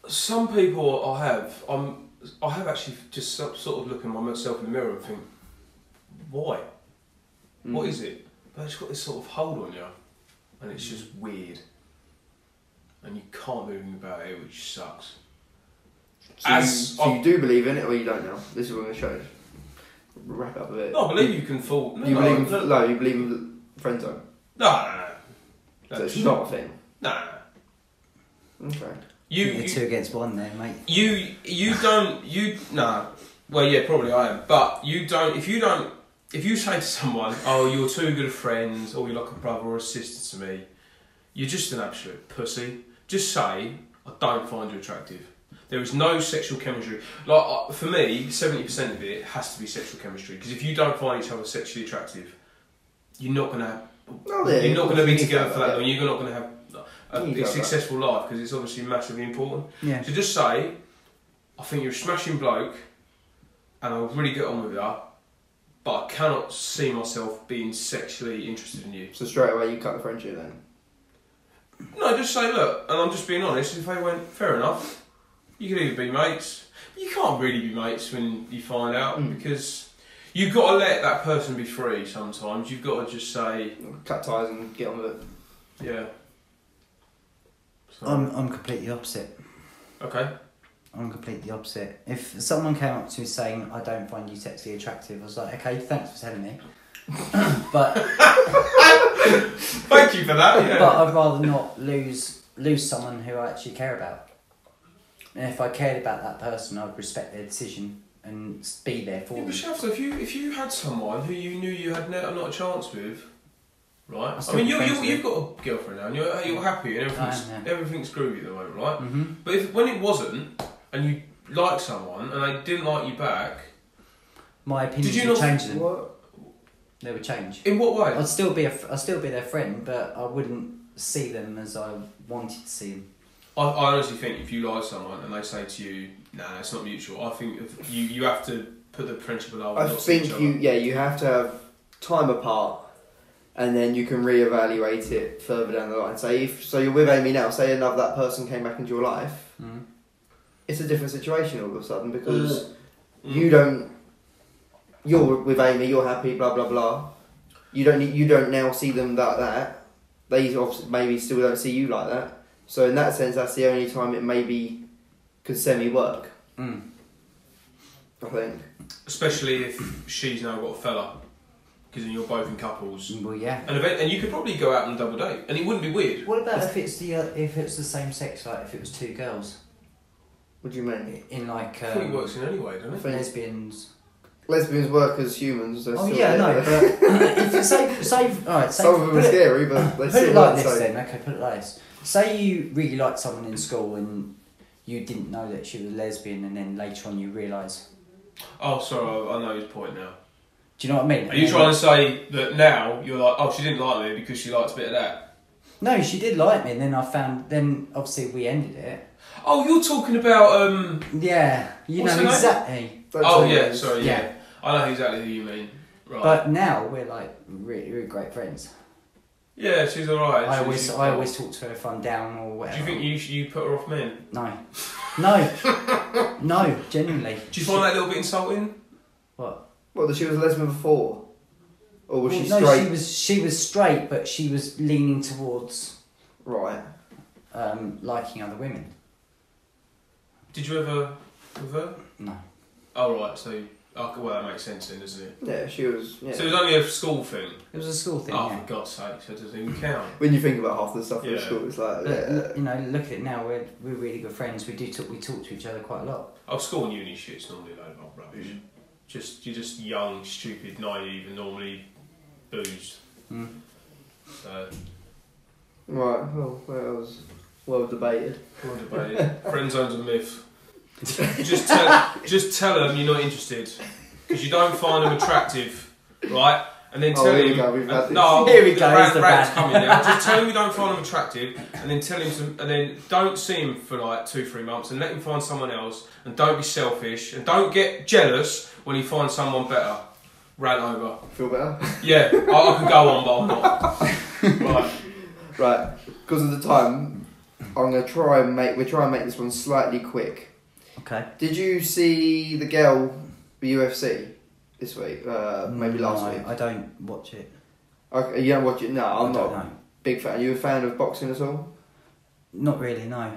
Speaker 1: some people I have, I'm, I have actually just so- sort of looking at myself in the mirror and think, why? What is it? But it's got this sort of hold on you, and it's just weird, and you can't do anything about it, which sucks.
Speaker 3: So, you,
Speaker 1: As
Speaker 3: so you do believe in it or you don't know. This is what I'm going to show you. Wrap up a bit.
Speaker 1: No, I believe you can fall. No,
Speaker 3: you
Speaker 1: no,
Speaker 3: believe in,
Speaker 1: no,
Speaker 3: no,
Speaker 1: no,
Speaker 3: you believe in friendzone.
Speaker 1: no, no.
Speaker 3: So it's
Speaker 1: No,
Speaker 3: not a thing.
Speaker 1: no.
Speaker 3: Okay.
Speaker 1: You,
Speaker 2: You're
Speaker 1: you,
Speaker 2: two against one there, mate.
Speaker 1: you, you don't, you, no. Well, yeah, probably I am. But you don't, if you don't, if you say to someone, oh, you're too good of friends, or you're like a brother or a sister to me, you're just an absolute pussy. Just say, I don't find you attractive. There is no sexual chemistry. Like, uh, for me, 70% of it has to be sexual chemistry. Because if you don't find each other sexually attractive, you're not going to
Speaker 3: No, yeah,
Speaker 1: you're not going to be
Speaker 3: you
Speaker 1: together
Speaker 3: can
Speaker 1: for that
Speaker 3: go
Speaker 1: long.
Speaker 3: there.
Speaker 1: You're not going to have uh, a,
Speaker 3: You can
Speaker 1: a
Speaker 3: go
Speaker 1: successful life because it's obviously massively important.
Speaker 2: Yeah.
Speaker 1: So just say, I think you're a smashing bloke, and I'll really get on with you, but I cannot see myself being sexually interested in you.
Speaker 3: So straight away you cut the friendship then.
Speaker 1: No, just say, look, and I'm just being honest. If they went, fair enough. You could either be mates. You can't really be mates when you find out
Speaker 3: Mm.
Speaker 1: because you've got to let that person be free. Sometimes you've got to just say,
Speaker 3: Cut ties and get on with it.
Speaker 1: yeah. So,
Speaker 2: I'm, I'm completely opposite.
Speaker 1: okay.
Speaker 2: I'm completely opposite. If someone came up to me saying, I don't find you sexually attractive, I was like, okay, thanks for
Speaker 1: (laughs)
Speaker 2: telling me. but
Speaker 1: Thank you for that. Yeah.
Speaker 2: but I'd rather not lose lose someone who I actually care about. And if I cared about that person, I'd respect their decision and s- be there for
Speaker 1: Yeah,
Speaker 2: them.
Speaker 1: but Shafter, if you if you had someone who you knew you had no, not a chance with,
Speaker 2: I
Speaker 1: right? I,
Speaker 2: still
Speaker 1: mean,
Speaker 2: be
Speaker 1: you're,
Speaker 2: friends
Speaker 1: you're,
Speaker 2: with Mm.
Speaker 1: you've got a girlfriend now, and you're, you're happy, and
Speaker 2: I am,
Speaker 1: everything's
Speaker 2: yeah.
Speaker 1: everything's groovy at the moment, right?
Speaker 2: hmm
Speaker 1: But if when it wasn't, and you liked someone and they didn't like you back,
Speaker 2: My opinions
Speaker 1: you
Speaker 2: would
Speaker 1: not-
Speaker 2: change them.
Speaker 3: What?
Speaker 2: They would change.
Speaker 1: in what way?
Speaker 2: I'd still be a fr- I'd still be their friend, but I wouldn't see them as I wanted to see them.
Speaker 1: I, I honestly think if you like someone and they say to you, "Nah, it's not mutual," I think if you you have to put the principle over.
Speaker 3: I
Speaker 1: not see each
Speaker 3: think
Speaker 1: other.
Speaker 3: you yeah, you have to have time apart and then you can reevaluate it further down the line. Say if so you're with Amy now, say another that person came back into your life,
Speaker 2: Mm.
Speaker 3: it's a different situation all of a sudden because
Speaker 1: Mm.
Speaker 3: you don't you're with Amy, you're happy, blah blah blah. You don't need, you don't now see them like that. They obviously maybe still don't see you like that. So in that sense that's the only time it maybe could semi work,
Speaker 2: Mm.
Speaker 3: I think.
Speaker 1: especially if she's now got a fella, because then you're both in couples.
Speaker 2: Mm. Well, yeah.
Speaker 1: And, event, and you could probably go out on a double date, and it wouldn't be weird.
Speaker 2: What about if it's the uh, if it's the same sex? Like if it was two girls
Speaker 3: What do you mean?
Speaker 2: in like
Speaker 1: I think it
Speaker 2: um,
Speaker 1: works in any way, doesn't it?
Speaker 2: lesbians.
Speaker 3: Lesbians work as humans. They're
Speaker 2: Oh
Speaker 3: still
Speaker 2: yeah, no.
Speaker 3: there.
Speaker 2: But uh, if you say
Speaker 3: (laughs)
Speaker 2: say all right, say
Speaker 3: Some of them are
Speaker 2: put, it, (laughs)
Speaker 3: scary, but they
Speaker 2: put
Speaker 3: still
Speaker 2: it like
Speaker 3: work.
Speaker 2: this
Speaker 3: So.
Speaker 2: then. Okay, put it like this. Say you really liked someone in school and you didn't know that she was lesbian, and then later on you realise.
Speaker 1: Oh, sorry, I, I know his point now.
Speaker 2: Do you know what I mean?
Speaker 1: Are you trying to say that now you're like, oh, she didn't like me because she likes a bit of that?
Speaker 2: No, she did like me, and then I found. Then obviously we ended it.
Speaker 1: Oh, you're talking about um.
Speaker 2: Yeah, you
Speaker 1: What's her
Speaker 2: know
Speaker 1: name?
Speaker 2: exactly.
Speaker 3: Don't
Speaker 1: oh
Speaker 3: say
Speaker 1: yeah,
Speaker 3: names.
Speaker 1: sorry, yeah. I know exactly who you mean. Right.
Speaker 2: But now we're like really, really great friends.
Speaker 1: yeah, she's alright.
Speaker 2: I
Speaker 1: She-
Speaker 2: always,
Speaker 1: she's
Speaker 2: I
Speaker 1: cool.
Speaker 2: always talk to her if I'm down or
Speaker 1: Do
Speaker 2: whatever.
Speaker 1: you think you you put her off men?
Speaker 2: No, no, no. Genuinely.
Speaker 1: Do you find that a little bit insulting?
Speaker 2: What?
Speaker 3: What? That she was a lesbian before, or was she
Speaker 2: Well, no,
Speaker 3: straight?
Speaker 2: she was she was straight, but she was leaning towards
Speaker 3: Right.
Speaker 2: um, liking other women.
Speaker 1: Did you ever with her?
Speaker 2: No.
Speaker 1: Oh right, so oh, well that makes sense then, doesn't it?
Speaker 3: Yeah, she was. Yeah.
Speaker 1: So it was only a school thing.
Speaker 2: It was a school thing.
Speaker 1: oh
Speaker 2: yeah.
Speaker 1: for God's sake, so it doesn't even count.
Speaker 3: when you think about half the stuff in
Speaker 1: Yeah.
Speaker 3: school, it's like
Speaker 2: But
Speaker 3: Oh, yeah.
Speaker 2: you know, look at it now. We're we're really good friends. We do talk. We talk to each other quite a lot.
Speaker 1: Oh, school and uni shit's normally a load of old rubbish. Just you're just young, stupid, naive, and normally boozed. Uh,
Speaker 3: Hmm.
Speaker 2: Mm.
Speaker 1: So
Speaker 3: Right. Well, where else? Well debated.
Speaker 1: Well debated. Friend zone's a myth. Just tell, just tell them you're not interested because you don't find them attractive, right? And then
Speaker 3: Oh,
Speaker 1: tell
Speaker 3: here we
Speaker 1: him,
Speaker 3: go, we've had
Speaker 1: and- no,
Speaker 2: this. Here we
Speaker 1: the
Speaker 2: go,
Speaker 1: rant-
Speaker 2: it's the
Speaker 1: rant's
Speaker 2: rant.
Speaker 1: coming now. Just tell him you don't
Speaker 2: (laughs)
Speaker 1: find them attractive, and then tell him some, and then don't see him for like two, three months, and let him find someone else, and don't be selfish, and don't get jealous when he finds someone better. Rant over.
Speaker 3: Feel (laughs) better?
Speaker 1: Yeah, I, I can go on, but I'm not. (laughs) Right.
Speaker 3: Right, because of the time, I'm gonna try and make we try and make this one slightly quick.
Speaker 2: Okay.
Speaker 3: Did you see the girl, the UFC, this week? Uh, maybe last
Speaker 2: No,
Speaker 3: week.
Speaker 2: Mm, I don't watch it.
Speaker 3: Okay, you don't watch it? No,
Speaker 2: I
Speaker 3: I'm not
Speaker 2: don't
Speaker 3: a
Speaker 2: know.
Speaker 3: big fan. Are you a fan of boxing at all?
Speaker 2: Not really. No.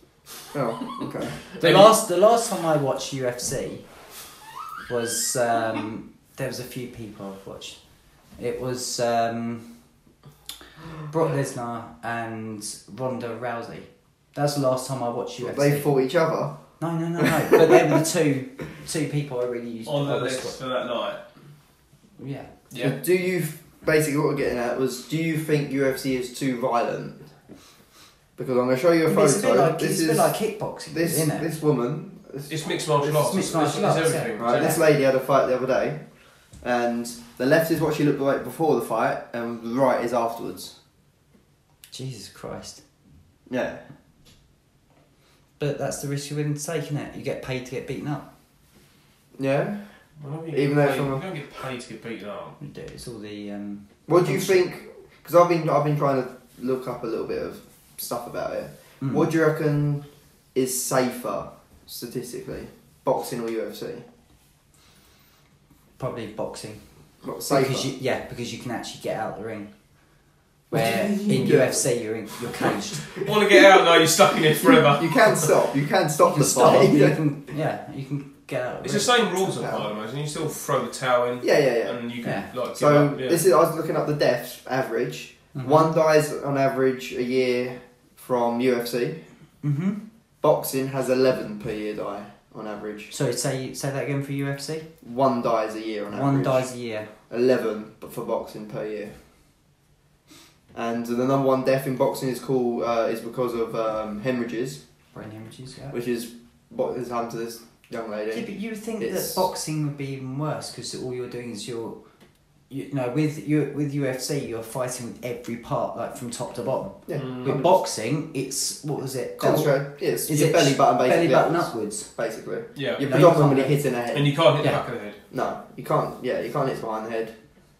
Speaker 2: (laughs)
Speaker 3: Oh, okay.
Speaker 2: The
Speaker 1: Maybe-
Speaker 2: last the last time I watched UFC was um, there was a few people I've watched. It was um, Brock Lesnar and Ronda Rousey. That's the last time I watched UFC.
Speaker 3: they fought each other.
Speaker 2: No, no, no, no. But they were the two two people I really used.
Speaker 1: On
Speaker 2: I
Speaker 1: the
Speaker 2: was-
Speaker 1: list for that night.
Speaker 2: Yeah.
Speaker 1: Yeah.
Speaker 3: Do you basically what we're getting at was do you think UFC is too violent? Because I'm gonna show you a photo.
Speaker 2: It's a bit like
Speaker 3: this
Speaker 2: it's a
Speaker 3: is
Speaker 2: bit like kickboxing,
Speaker 3: this
Speaker 2: isn't it?
Speaker 3: this woman. this-
Speaker 1: It's mixed martial
Speaker 3: It's
Speaker 1: arts.
Speaker 2: mixed martial
Speaker 1: it's,
Speaker 2: arts,
Speaker 1: It's everything.
Speaker 3: Right, this lady had a fight the other day, and the left is what she looked like before the fight, and the right is afterwards.
Speaker 2: Jesus Christ!
Speaker 3: Yeah.
Speaker 2: But that's the risk you're willing to take, isn't it? You get paid to get beaten up.
Speaker 3: Yeah.
Speaker 1: Well, you
Speaker 3: Even
Speaker 1: Even
Speaker 3: though
Speaker 1: though
Speaker 3: from a-
Speaker 1: you don't get paid to get beaten (laughs) up.
Speaker 2: You do. It's all the um,
Speaker 3: What do you think? Because I've been I've been trying to look up a little bit of stuff about it.
Speaker 2: mm.
Speaker 3: What do you reckon is safer statistically, boxing or UFC?
Speaker 2: probably boxing.
Speaker 3: Not safer.
Speaker 2: Because you, yeah, because you can actually get out the ring. Where
Speaker 3: Yeah.
Speaker 2: in UFC you're in, you're caged.
Speaker 1: Want to get out now? You're stuck in it
Speaker 3: (laughs)
Speaker 1: forever.
Speaker 3: You can stop. You can
Speaker 2: you
Speaker 3: stop
Speaker 2: can
Speaker 3: the
Speaker 2: stop.
Speaker 3: fight.
Speaker 2: You
Speaker 3: yeah,
Speaker 2: can, yeah, you can get out. Of
Speaker 1: It's
Speaker 2: the
Speaker 1: the
Speaker 2: ring.
Speaker 1: same rules applied, I imagine. You still throw the towel in,
Speaker 3: (laughs) yeah, yeah.
Speaker 1: and you can like.
Speaker 3: So
Speaker 1: give up, yeah.
Speaker 3: this is I was looking up the deaths average.
Speaker 2: Hmm. Mm-hmm.
Speaker 3: One dies on average a year from UFC.
Speaker 2: Mm-hmm.
Speaker 3: Boxing has eleven per year die on average.
Speaker 2: So say say that again for UFC.
Speaker 3: One dies a year on average.
Speaker 2: One dies a year.
Speaker 3: Eleven, but for boxing per year. And the number one death in boxing is called uh, is because of um, hemorrhages,
Speaker 2: Brain hemorrhages. Yeah.
Speaker 3: which is what has happened to this young
Speaker 2: Yeah,
Speaker 3: lady.
Speaker 2: but you would think
Speaker 3: It's-
Speaker 2: that boxing would be even worse because all you're doing is you're, you know, with you with UFC you're fighting with every part like from top to bottom.
Speaker 3: Yeah,
Speaker 1: Mm.
Speaker 2: With boxing, it's what was it?
Speaker 3: That's
Speaker 2: Down-
Speaker 3: right. Yeah, it's
Speaker 2: Is
Speaker 3: your
Speaker 2: it
Speaker 3: belly button basically.
Speaker 2: Belly button
Speaker 3: upwards,
Speaker 2: upwards.
Speaker 3: Basically,
Speaker 1: yeah,
Speaker 3: you're
Speaker 2: No, you
Speaker 3: predominantly
Speaker 2: can't.
Speaker 3: hitting the head.
Speaker 1: and you can't hit
Speaker 2: Yeah.
Speaker 1: the back of the head.
Speaker 3: No, you can't. Yeah, you can't hit behind the head.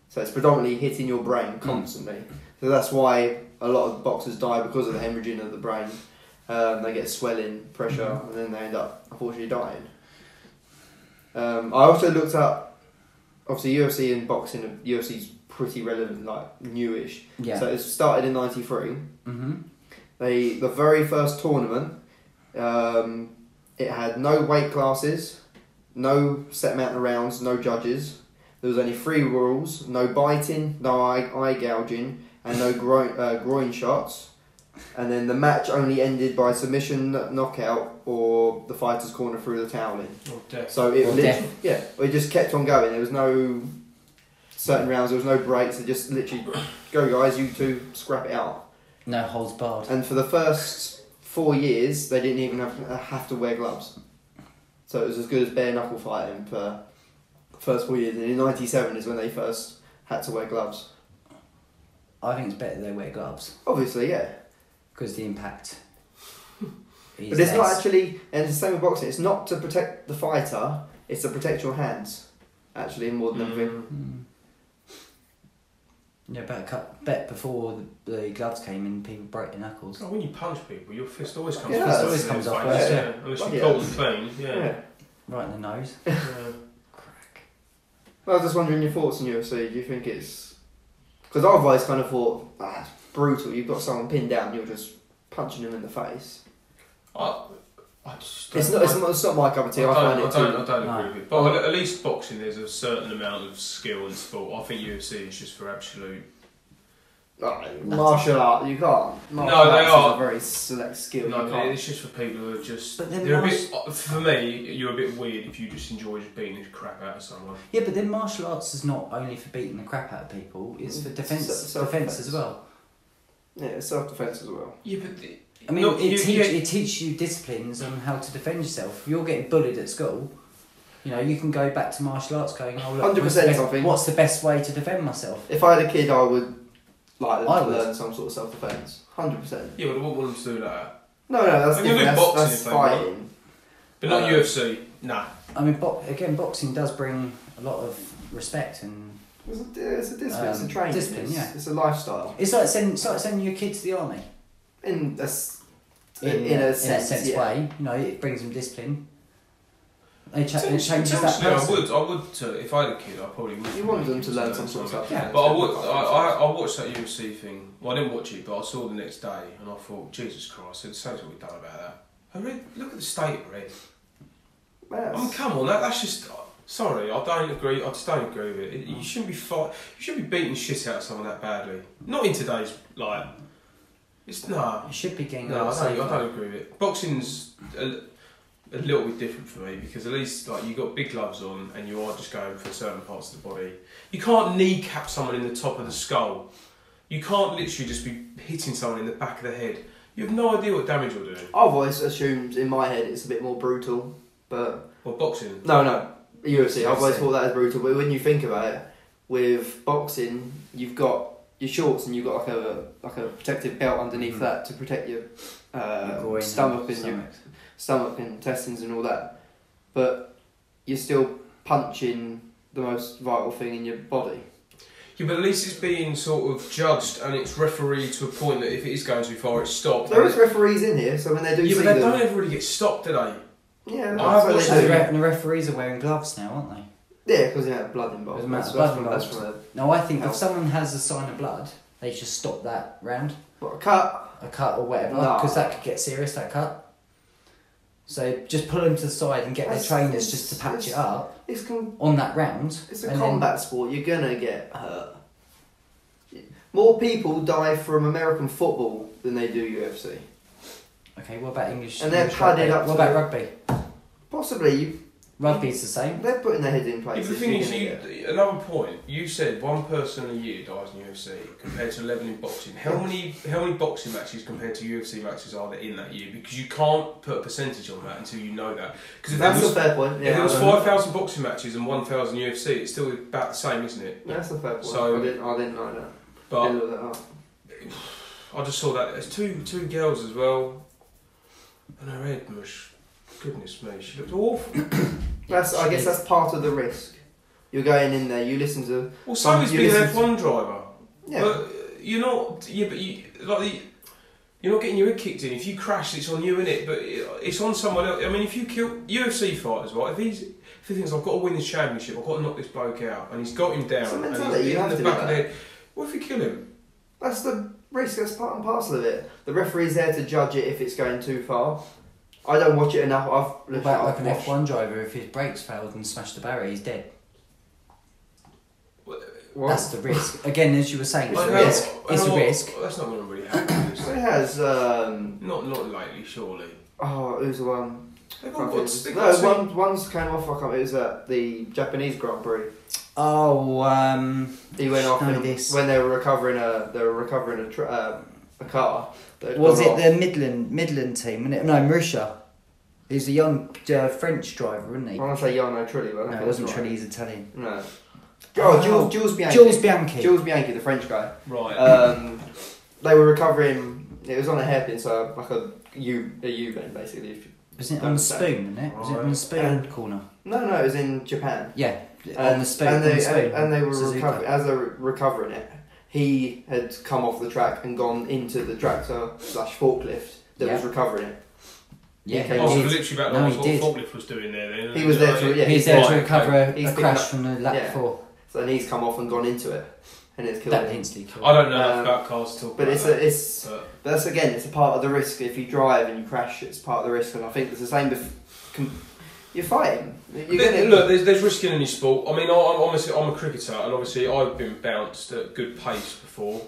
Speaker 3: So it's predominantly hitting your brain constantly. So that's why a lot of boxers die because of the hemorrhaging of the brain. Um, they get swelling, pressure, and then they end up unfortunately dying. Um, I also looked up, obviously UFC and boxing. UFC's pretty relevant, like newish.
Speaker 2: Yeah.
Speaker 3: So it started in '93.
Speaker 2: mm-hmm.
Speaker 3: They the very first tournament, um, it had no weight classes, no set amount of rounds, no judges. There was only three rules: no biting, no eye, eye gouging, and no groin, uh, groin shots. And then the match only ended by submission, knockout, or the fighter's corner through the towel in.
Speaker 1: Or death.
Speaker 3: So it
Speaker 2: Or
Speaker 3: lit-
Speaker 2: death.
Speaker 3: yeah, it just kept on going. There was no certain rounds. There was no breaks. It just literally, go guys, you two, scrap it out.
Speaker 2: No holds barred.
Speaker 3: And for the first four years, they didn't even have, have to wear gloves. So it was as good as bare knuckle fighting for the first four years. And in '97 is when they first had to wear gloves.
Speaker 2: I think it's better they wear gloves
Speaker 3: Obviously, yeah.
Speaker 2: because the impact. is
Speaker 3: But it's not
Speaker 2: less.
Speaker 3: actually, and it's the same with boxing, it's not to protect the fighter, it's to protect your hands, actually, more than anything.
Speaker 1: Mm.
Speaker 2: Mm. Yeah, bet, cut, bet before the, the gloves came in, people broke their knuckles.
Speaker 1: Oh, when you punch people, your fist always comes
Speaker 3: Yeah,
Speaker 1: first,
Speaker 3: it always
Speaker 1: doesn't
Speaker 2: comes
Speaker 1: it?
Speaker 2: off
Speaker 1: Like,
Speaker 2: first,
Speaker 1: yeah. Unless you
Speaker 3: Yeah.
Speaker 1: cold and clean, yeah.
Speaker 3: Yeah.
Speaker 2: Right in the nose.
Speaker 1: Yeah.
Speaker 2: Crack.
Speaker 3: I was just wondering your thoughts on UFC. Do you think it's. Because I've always kind of thought, ah, it's brutal, you've got someone pinned down, you're just punching them in the face.
Speaker 1: I, I just don't-
Speaker 3: It's not, it's not, it's not my cup of tea, I,
Speaker 1: I
Speaker 3: find
Speaker 1: don't, I
Speaker 3: it too.
Speaker 1: don't, I don't
Speaker 2: No.
Speaker 1: agree with it. But at least boxing, there's a certain amount of skill and sport. I think UFC is just for absolute.
Speaker 3: Like, martial art, you can't. Martial
Speaker 1: No, they
Speaker 3: arts
Speaker 1: are.
Speaker 3: Is a very select skill.
Speaker 1: No,
Speaker 3: you can't.
Speaker 1: it's just for people who are just.
Speaker 2: But then
Speaker 1: They're a bit, for me, you're a bit weird if you just enjoy just beating the crap out of someone.
Speaker 2: Yeah, but then martial arts is not only for beating the crap out of people; it's for defense,
Speaker 3: Self- self-defense.
Speaker 2: defense as well.
Speaker 3: Yeah, it's self defense as well.
Speaker 1: Yeah, but the,
Speaker 2: I mean,
Speaker 1: Look,
Speaker 2: it,
Speaker 1: you-
Speaker 2: teach,
Speaker 1: yeah.
Speaker 2: it teaches you disciplines on how to defend yourself. You're getting bullied at school. You know, you can go back to martial arts going, oh, look, what's, the
Speaker 3: 100%
Speaker 2: best,
Speaker 3: something.
Speaker 2: what's the best way to defend myself?
Speaker 3: If I had a kid, I would like them
Speaker 2: I
Speaker 3: to
Speaker 2: would.
Speaker 3: learn some sort of self defense. Hundred percent.
Speaker 1: yeah, but I wouldn't want them to do that.
Speaker 3: No, no, that's
Speaker 1: They can do
Speaker 3: different. That's,
Speaker 1: boxing
Speaker 3: that's
Speaker 1: if they want.
Speaker 3: fighting.
Speaker 1: But not
Speaker 3: Uh,
Speaker 1: UFC. Nah.
Speaker 2: I mean, bo- again, boxing does bring a lot of respect and.
Speaker 3: It's a, it's a discipline. it's
Speaker 2: Um,
Speaker 3: a training.
Speaker 2: discipline,
Speaker 3: it's,
Speaker 2: yeah.
Speaker 3: it's a lifestyle.
Speaker 2: It's like sending, it's like sending your kid to the army.
Speaker 3: In a, s-
Speaker 2: In,
Speaker 3: in, a sense, yeah.
Speaker 2: way. You know, it brings them discipline. They cha- it
Speaker 1: Potentially,
Speaker 2: changes that
Speaker 1: I
Speaker 2: person.
Speaker 1: would. I would. To, if I had a kid, I probably would.
Speaker 3: You want
Speaker 1: make
Speaker 3: them
Speaker 1: him
Speaker 3: to learn some sort of
Speaker 1: something.
Speaker 3: self
Speaker 2: Yeah.
Speaker 3: defense.
Speaker 1: But I would. I, I, I watched that UFC thing. Well, I didn't watch it, but I saw the next day, and I thought, Jesus Christ, it says what we've done about that. I read, look at the state of it. I mean, Oh, come on, that, that's just. Sorry, I don't agree. I just don't agree with it. It- You shouldn't be fight. You shouldn't be beating shit out of someone that badly. Not in today's like. It's no.
Speaker 2: It should be getting
Speaker 1: No,
Speaker 2: a
Speaker 1: I don't, I don't agree with it. Boxing's a, a little bit different for me because at least like you got big gloves on and you are just going for certain parts of the body. You can't kneecap someone in the top of the skull. You can't literally just be hitting someone in the back of the head. You have no idea what damage you're doing.
Speaker 3: I've always assumed in my head it's a bit more brutal, but
Speaker 1: Well, boxing.
Speaker 3: no, no, UFC. I've always
Speaker 2: UFC.
Speaker 3: thought that as brutal, but when you think about it, with boxing, you've got your shorts and you've got like a like a protective belt underneath
Speaker 2: Mhm.
Speaker 3: that to protect Mm. your, uh,
Speaker 2: Your groin and
Speaker 3: stomach and your stomach and intestines and all that, but you're still punching the most vital thing in your body.
Speaker 1: Yeah, but at least it's being sort of judged and it's refereed to a point that if it is going too far, it's stopped.
Speaker 3: There is referees in here, so when they do
Speaker 1: yeah,
Speaker 3: see
Speaker 1: but they
Speaker 3: them,
Speaker 1: don't ever really get stopped, do they?
Speaker 3: yeah,
Speaker 1: I have
Speaker 3: that's
Speaker 1: watched
Speaker 3: what
Speaker 2: And
Speaker 3: they
Speaker 2: the,
Speaker 1: the
Speaker 3: do.
Speaker 2: re- and the referees are wearing gloves now, aren't they?
Speaker 3: Yeah, because they have blood involved.
Speaker 2: Doesn't matter,
Speaker 3: That's,
Speaker 2: blood
Speaker 3: that's, from, that's
Speaker 2: involved.
Speaker 3: from a,
Speaker 2: No, I think if
Speaker 3: Help.
Speaker 2: someone has a sign of blood, they should stop that round,
Speaker 3: what, a cut.
Speaker 2: a cut or whatever,
Speaker 3: No.
Speaker 2: because that could get serious. That cut. So just pull them to the side and get their
Speaker 3: That's-
Speaker 2: trainers just to patch it
Speaker 3: it's-
Speaker 2: up
Speaker 3: It's com-
Speaker 2: on that round.
Speaker 3: it's a
Speaker 2: and then-
Speaker 3: combat sport. You're gonna get hurt. More people die from American football than they do UFC.
Speaker 2: okay, what about English?
Speaker 3: And they're
Speaker 2: English
Speaker 3: padded
Speaker 2: rugby?
Speaker 3: up
Speaker 2: What
Speaker 3: to
Speaker 2: about
Speaker 3: the-
Speaker 2: rugby?
Speaker 3: Possibly, you,
Speaker 2: Rugby's the same.
Speaker 3: they're putting their head in
Speaker 1: Yeah,
Speaker 3: place.
Speaker 1: but the thing is, you, another point. You said one person a year dies in UFC compared to eleven in boxing. How many how many boxing matches compared to UFC matches are there in that year? Because you can't put a percentage on that until you know that. Because if there
Speaker 3: that's a
Speaker 1: was,
Speaker 3: fair point.
Speaker 1: if
Speaker 3: Yeah,
Speaker 1: there was
Speaker 3: I
Speaker 1: five thousand boxing matches and one thousand UFC, it's still about the same, isn't it?
Speaker 3: don't- That's a fair point.
Speaker 1: So-
Speaker 3: I didn't, I didn't know that.
Speaker 1: But
Speaker 3: Didn't look that up.
Speaker 1: I just saw that there's two two girls as well, and her head mush. Goodness me, she looked awful.
Speaker 3: That's, I guess that's part of the risk. You're going in there. You listen to
Speaker 1: Well, so
Speaker 3: Um,
Speaker 1: is
Speaker 3: you
Speaker 1: being an
Speaker 3: listen
Speaker 1: F1 driver.
Speaker 3: yeah.
Speaker 1: But uh, you're not. Yeah, but you like the, you're not getting your head kicked in. If you crash, it's on you, innit? But it, it's on someone else. I mean, if you kill UFC fighters, right? If he's if he thinks I've got to win this championship, I've got to knock this bloke out, and he's got him down,
Speaker 3: It's a
Speaker 1: and he's
Speaker 3: mentality, you
Speaker 1: in
Speaker 3: have
Speaker 1: the
Speaker 3: to do
Speaker 1: back of the
Speaker 3: that.
Speaker 1: head. What if you kill him?
Speaker 3: That's the risk. That's part and parcel of it. The referee's there to judge it if it's going too far. I don't watch it enough. I've
Speaker 2: What about like an
Speaker 3: I've watched-
Speaker 2: F one driver? If his brakes failed and smashed the barrier, he's dead.
Speaker 3: What?
Speaker 2: That's the risk. Again, as you were saying, it's
Speaker 1: I
Speaker 2: a
Speaker 1: know-
Speaker 2: risk.
Speaker 1: I
Speaker 2: It's
Speaker 1: know
Speaker 2: a
Speaker 1: what-
Speaker 2: risk.
Speaker 1: That's not going to really happen. is
Speaker 3: So
Speaker 1: it?
Speaker 3: it has. Um,
Speaker 1: Not not lately, surely.
Speaker 3: oh, who's the one?
Speaker 1: They've all
Speaker 3: Can't
Speaker 1: got,
Speaker 3: think.
Speaker 1: they've
Speaker 3: no,
Speaker 1: got two-
Speaker 3: one, one's came off. I can't. It was at the Japanese Grand Prix.
Speaker 2: Oh, um,
Speaker 3: He went off
Speaker 2: No,
Speaker 3: and
Speaker 2: this.
Speaker 3: when they were recovering a they were recovering a tr uh, a car. that had
Speaker 2: was
Speaker 3: gone
Speaker 2: it
Speaker 3: off.
Speaker 2: the Midland Midland team? Wasn't it? No, Marisha. He's a young uh, French driver, isn't
Speaker 3: I
Speaker 2: he?
Speaker 3: want to say Yano Trulli, but I don't
Speaker 2: no,
Speaker 3: think
Speaker 2: it wasn't
Speaker 3: Oh, that's
Speaker 2: Trini.
Speaker 3: right.
Speaker 2: He's Italian.
Speaker 3: No. Oh,
Speaker 2: Oh.
Speaker 3: Jules, Jules Bianchi.
Speaker 2: Jules Bianchi.
Speaker 3: Jules Bianchi, the French guy.
Speaker 1: Right.
Speaker 2: Uh,
Speaker 3: Um, they were recovering. It was on a hairpin, so like a U a U bend basically. If you-
Speaker 2: Wasn't it on the spoon? Wasn't it? Was it on the spoon
Speaker 3: Right.
Speaker 2: corner?
Speaker 3: no, no, it was in Japan.
Speaker 2: Yeah, on
Speaker 3: And-
Speaker 2: the spoon.
Speaker 3: And they,
Speaker 2: on the spoon.
Speaker 3: and, and they were
Speaker 2: Suzuka.
Speaker 3: recover- as they were recovering it. He had come off the track and gone into the tractor slash forklift that was recovering it.
Speaker 2: Yeah,
Speaker 3: he
Speaker 1: I
Speaker 3: came
Speaker 1: was
Speaker 2: he,
Speaker 3: off.
Speaker 2: did.
Speaker 1: literally about
Speaker 2: No,
Speaker 1: that.
Speaker 2: he
Speaker 1: was what
Speaker 2: did.
Speaker 1: Forklift was doing there. Then
Speaker 3: He was there
Speaker 1: Like,
Speaker 3: for yeah.
Speaker 2: he's
Speaker 3: he-
Speaker 2: there
Speaker 1: right,
Speaker 2: to
Speaker 1: okay.
Speaker 2: recover
Speaker 3: He's
Speaker 2: a, a
Speaker 3: picking
Speaker 2: crash
Speaker 3: up-
Speaker 2: from the lap
Speaker 3: yeah.
Speaker 2: four.
Speaker 3: So then he's come off and gone into it, and it's killed
Speaker 2: That
Speaker 3: him.
Speaker 2: instantly killed.
Speaker 1: I don't know enough
Speaker 3: Um,
Speaker 1: about cars to talk
Speaker 3: But
Speaker 1: about
Speaker 3: it's
Speaker 1: that,
Speaker 3: a, it's
Speaker 1: but-
Speaker 3: but that's again it's a part of the risk. If you drive and you crash, it's part of the risk. And I think it's the same. Bef- com- you're fighting. You're
Speaker 1: There-
Speaker 3: gonna-
Speaker 1: Look, there's, there's risk in any sport. I mean, I, I'm obviously I'm a cricketer, and obviously I've been bounced at good pace before,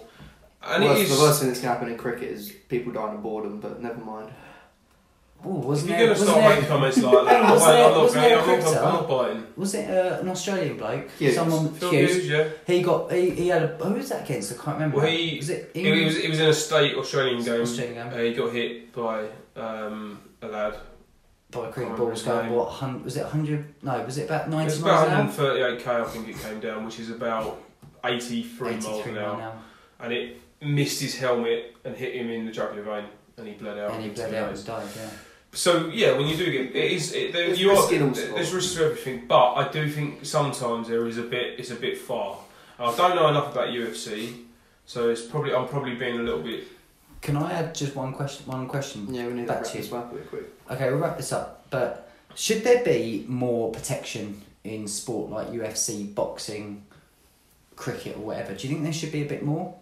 Speaker 1: and
Speaker 3: worst,
Speaker 1: it is.
Speaker 3: the worst thing that's gonna happen in cricket is people dying of boredom. But never mind.
Speaker 2: Oh, wasn't
Speaker 1: if
Speaker 2: there?
Speaker 1: you're going to
Speaker 2: wasn't
Speaker 1: start
Speaker 2: there-
Speaker 1: making comments
Speaker 2: (laughs)
Speaker 1: like that, I'm not,
Speaker 2: Wasn't
Speaker 1: buying-
Speaker 2: there-
Speaker 1: I'm not,
Speaker 2: wasn't
Speaker 1: going,
Speaker 2: there
Speaker 1: I'm not,
Speaker 2: a
Speaker 1: I'm not buying.
Speaker 2: Was it uh, an Australian bloke?
Speaker 3: Hughes.
Speaker 2: Someone
Speaker 1: Phil
Speaker 2: Hughes.
Speaker 1: Hughes, yeah.
Speaker 2: He got he, he had a who was that against? I can't remember.
Speaker 1: Well, he-
Speaker 2: was it
Speaker 1: He, was,
Speaker 2: England?
Speaker 1: he was in a state Australian game.
Speaker 2: Australian game.
Speaker 1: Uh, he got hit by um, a lad.
Speaker 2: By a
Speaker 1: can't
Speaker 2: cricket
Speaker 1: remember
Speaker 2: ball was
Speaker 1: his
Speaker 2: going
Speaker 1: name.
Speaker 2: what? Hun, was it hundred? No, was it about
Speaker 1: It
Speaker 2: ninety
Speaker 1: was
Speaker 2: miles
Speaker 1: about
Speaker 2: an hour?
Speaker 1: 138k, I think it came down, which is about 83 miles an
Speaker 2: mile
Speaker 1: hour. And it missed his helmet and hit him in the jugular vein, and he bled out.
Speaker 2: and he
Speaker 1: into
Speaker 2: bled
Speaker 1: the
Speaker 2: out
Speaker 1: nose.
Speaker 2: and died. Yeah.
Speaker 1: So yeah, when you do get it is it, there,
Speaker 3: There's
Speaker 1: you are
Speaker 3: risk in all
Speaker 1: there-
Speaker 3: sports.
Speaker 1: there's risks to everything, but I do think sometimes there is a bit it's a bit far. I don't know enough about UFC, so it's probably I'm probably being a little bit
Speaker 2: Can I add just one question? One question.
Speaker 3: Yeah, we need to
Speaker 2: Back
Speaker 3: wrap
Speaker 2: to you.
Speaker 3: this up real quick.
Speaker 2: Okay, we'll wrap this up. But should there be more protection in sport like UFC, boxing, cricket, or whatever? Do you think there should be a bit more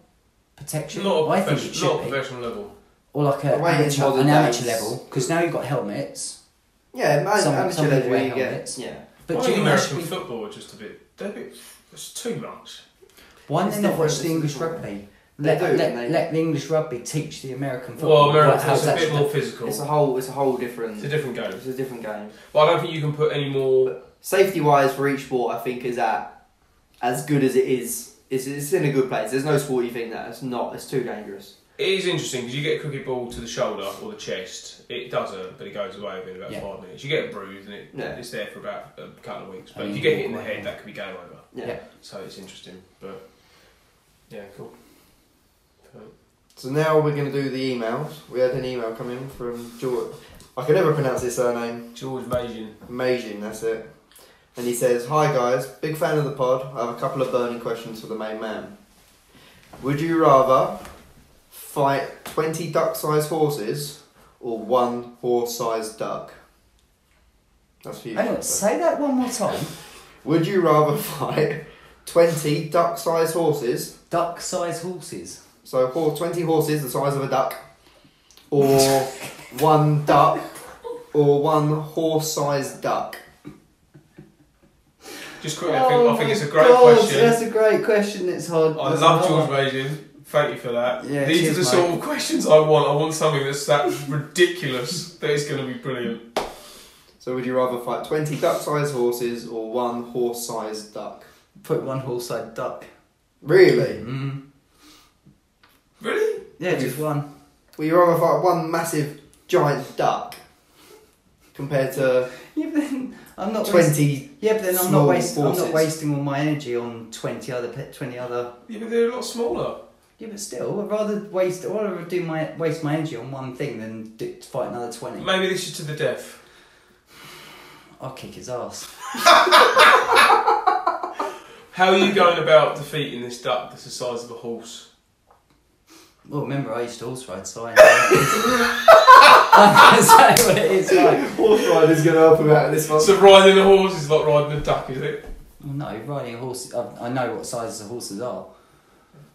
Speaker 2: protection?
Speaker 1: not a
Speaker 2: I think it
Speaker 1: profession-
Speaker 2: should
Speaker 1: not a
Speaker 2: be.
Speaker 1: professional level.
Speaker 2: Or like a
Speaker 3: The way in
Speaker 2: amateur,
Speaker 3: modern
Speaker 2: an amateur
Speaker 3: days-
Speaker 2: level, because now you've got helmets.
Speaker 3: Yeah, man,
Speaker 2: Some-
Speaker 3: amateur
Speaker 2: some people
Speaker 3: level
Speaker 2: wear
Speaker 3: you get.
Speaker 2: helmets.
Speaker 3: Yeah.
Speaker 1: But
Speaker 2: But do you think there should
Speaker 1: American
Speaker 2: be
Speaker 1: football are just a bit they're a bit it's too much.
Speaker 2: Why
Speaker 3: It's
Speaker 2: didn't they
Speaker 3: different,
Speaker 2: watch
Speaker 3: it's
Speaker 2: the English
Speaker 3: different.
Speaker 2: rugby?
Speaker 3: They
Speaker 2: Let,
Speaker 3: do,
Speaker 2: let,
Speaker 3: and they-
Speaker 2: let the English rugby teach the American
Speaker 1: Well,
Speaker 2: football.
Speaker 1: American
Speaker 2: how
Speaker 1: football's a
Speaker 2: that's
Speaker 1: bit
Speaker 2: done.
Speaker 1: more physical.
Speaker 3: It's
Speaker 1: It's
Speaker 3: a whole it's a whole different
Speaker 1: a different game.
Speaker 3: it's a different game.
Speaker 1: But I don't think you can put any more.
Speaker 3: Safety wise for each sport I think is at as good as it is. It's, it's in a good place. There's no sport you think that it's not it's too dangerous.
Speaker 1: It is interesting because you get a cricket ball to the shoulder or the chest. It does hurt, but it goes away within about
Speaker 2: Yeah.
Speaker 1: five minutes. You get a bruise and it,
Speaker 3: Yeah.
Speaker 1: it's there for about a couple of weeks. But
Speaker 2: I
Speaker 1: if
Speaker 2: mean,
Speaker 1: you get hit in the
Speaker 2: yeah.
Speaker 1: head, that could be game over.
Speaker 3: Yeah.
Speaker 2: Yeah.
Speaker 1: So it's interesting, but yeah, cool. But-
Speaker 3: So now we're gonna do the emails. We had an email come in from George I can never pronounce his surname.
Speaker 1: George Majin,
Speaker 3: Majin, that's it. And he says, Hi guys, big fan of the pod. I have a couple of burning questions for the main man. Would you rather fight 20 duck sized horses or one horse sized duck? That's for you.
Speaker 2: Hang on,
Speaker 3: Jasper.
Speaker 2: say that one more time.
Speaker 3: Would you rather (laughs) fight 20 duck sized horses,
Speaker 2: Duck sized horses.
Speaker 3: so hor 20 horses the size of a duck, or one duck, or one horse sized duck?
Speaker 1: just quickly, I think, I think it's a great
Speaker 2: Oh God,
Speaker 1: question.
Speaker 2: That's a great question. It's hard.
Speaker 1: I
Speaker 2: That's
Speaker 1: love
Speaker 2: a
Speaker 1: George
Speaker 2: hard
Speaker 1: Majin. Thank you for that.
Speaker 2: Yeah,
Speaker 1: These
Speaker 2: cheers,
Speaker 1: are the
Speaker 2: mate.
Speaker 1: sort of questions I want. I want something that's that ridiculous that is going to be brilliant.
Speaker 3: So would you rather fight 20 duck-sized horses or one horse-sized duck?
Speaker 2: one. Put one horse sized duck.
Speaker 3: Really?
Speaker 2: Mm.
Speaker 1: Really?
Speaker 2: Yeah, just one. (laughs)
Speaker 3: Would you rather fight one massive giant duck compared to
Speaker 2: Yeah, but then I'm not. Wasting,
Speaker 3: 20...
Speaker 2: yeah, but then I'm
Speaker 3: small
Speaker 2: not wasting. I'm
Speaker 3: horses.
Speaker 2: not wasting all my energy on twenty other pe- twenty other.
Speaker 1: Yeah, but they're a lot smaller.
Speaker 2: Yeah, but still, I'd rather waste. I'd rather do my waste my energy on one thing than do, fight another twenty.
Speaker 1: Maybe this is to the death.
Speaker 2: I'll kick his ass.
Speaker 1: How are you going about defeating this duck that's the size of a horse?
Speaker 2: Well, remember, I used to horse ride, so I (laughs) know what it is like.
Speaker 3: Horse rider's going to help him out in this (laughs) one.
Speaker 1: So riding a horse is like riding a duck, is it?
Speaker 2: Well, no, riding a horse, I, I know what sizes the horses are.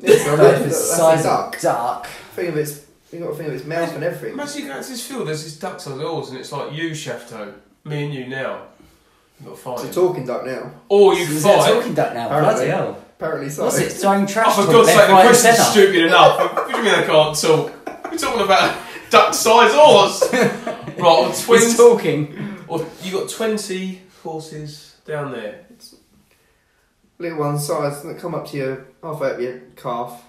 Speaker 3: So
Speaker 2: So if
Speaker 3: that's
Speaker 2: it's the
Speaker 3: a
Speaker 2: size of
Speaker 3: duck.
Speaker 2: a duck,
Speaker 3: Think of its... You've got to think of its mouth and everything.
Speaker 1: Imagine you go to this field, there's this duck on the horse, and it's like you, Shefto, me and you now. You've got to fight.
Speaker 3: It's
Speaker 1: him.
Speaker 3: a talking duck now.
Speaker 1: Or you
Speaker 2: is that a
Speaker 1: fight.
Speaker 2: talking duck now?
Speaker 3: Apparently.
Speaker 2: Bloody hell.
Speaker 3: Apparently so.
Speaker 2: What's it? Throwing trash
Speaker 1: Oh, for
Speaker 2: talk
Speaker 1: God's sake,
Speaker 2: left,
Speaker 1: the
Speaker 2: right, and
Speaker 1: question's
Speaker 2: centre.
Speaker 1: stupid enough. what do you mean I can't talk? We're talking about a duck sized horse. right, or
Speaker 2: He's
Speaker 1: 20.
Speaker 2: talking. (laughs)
Speaker 1: Or you got 20 horses down there.
Speaker 3: Little one size that come up to your... halfway up your calf.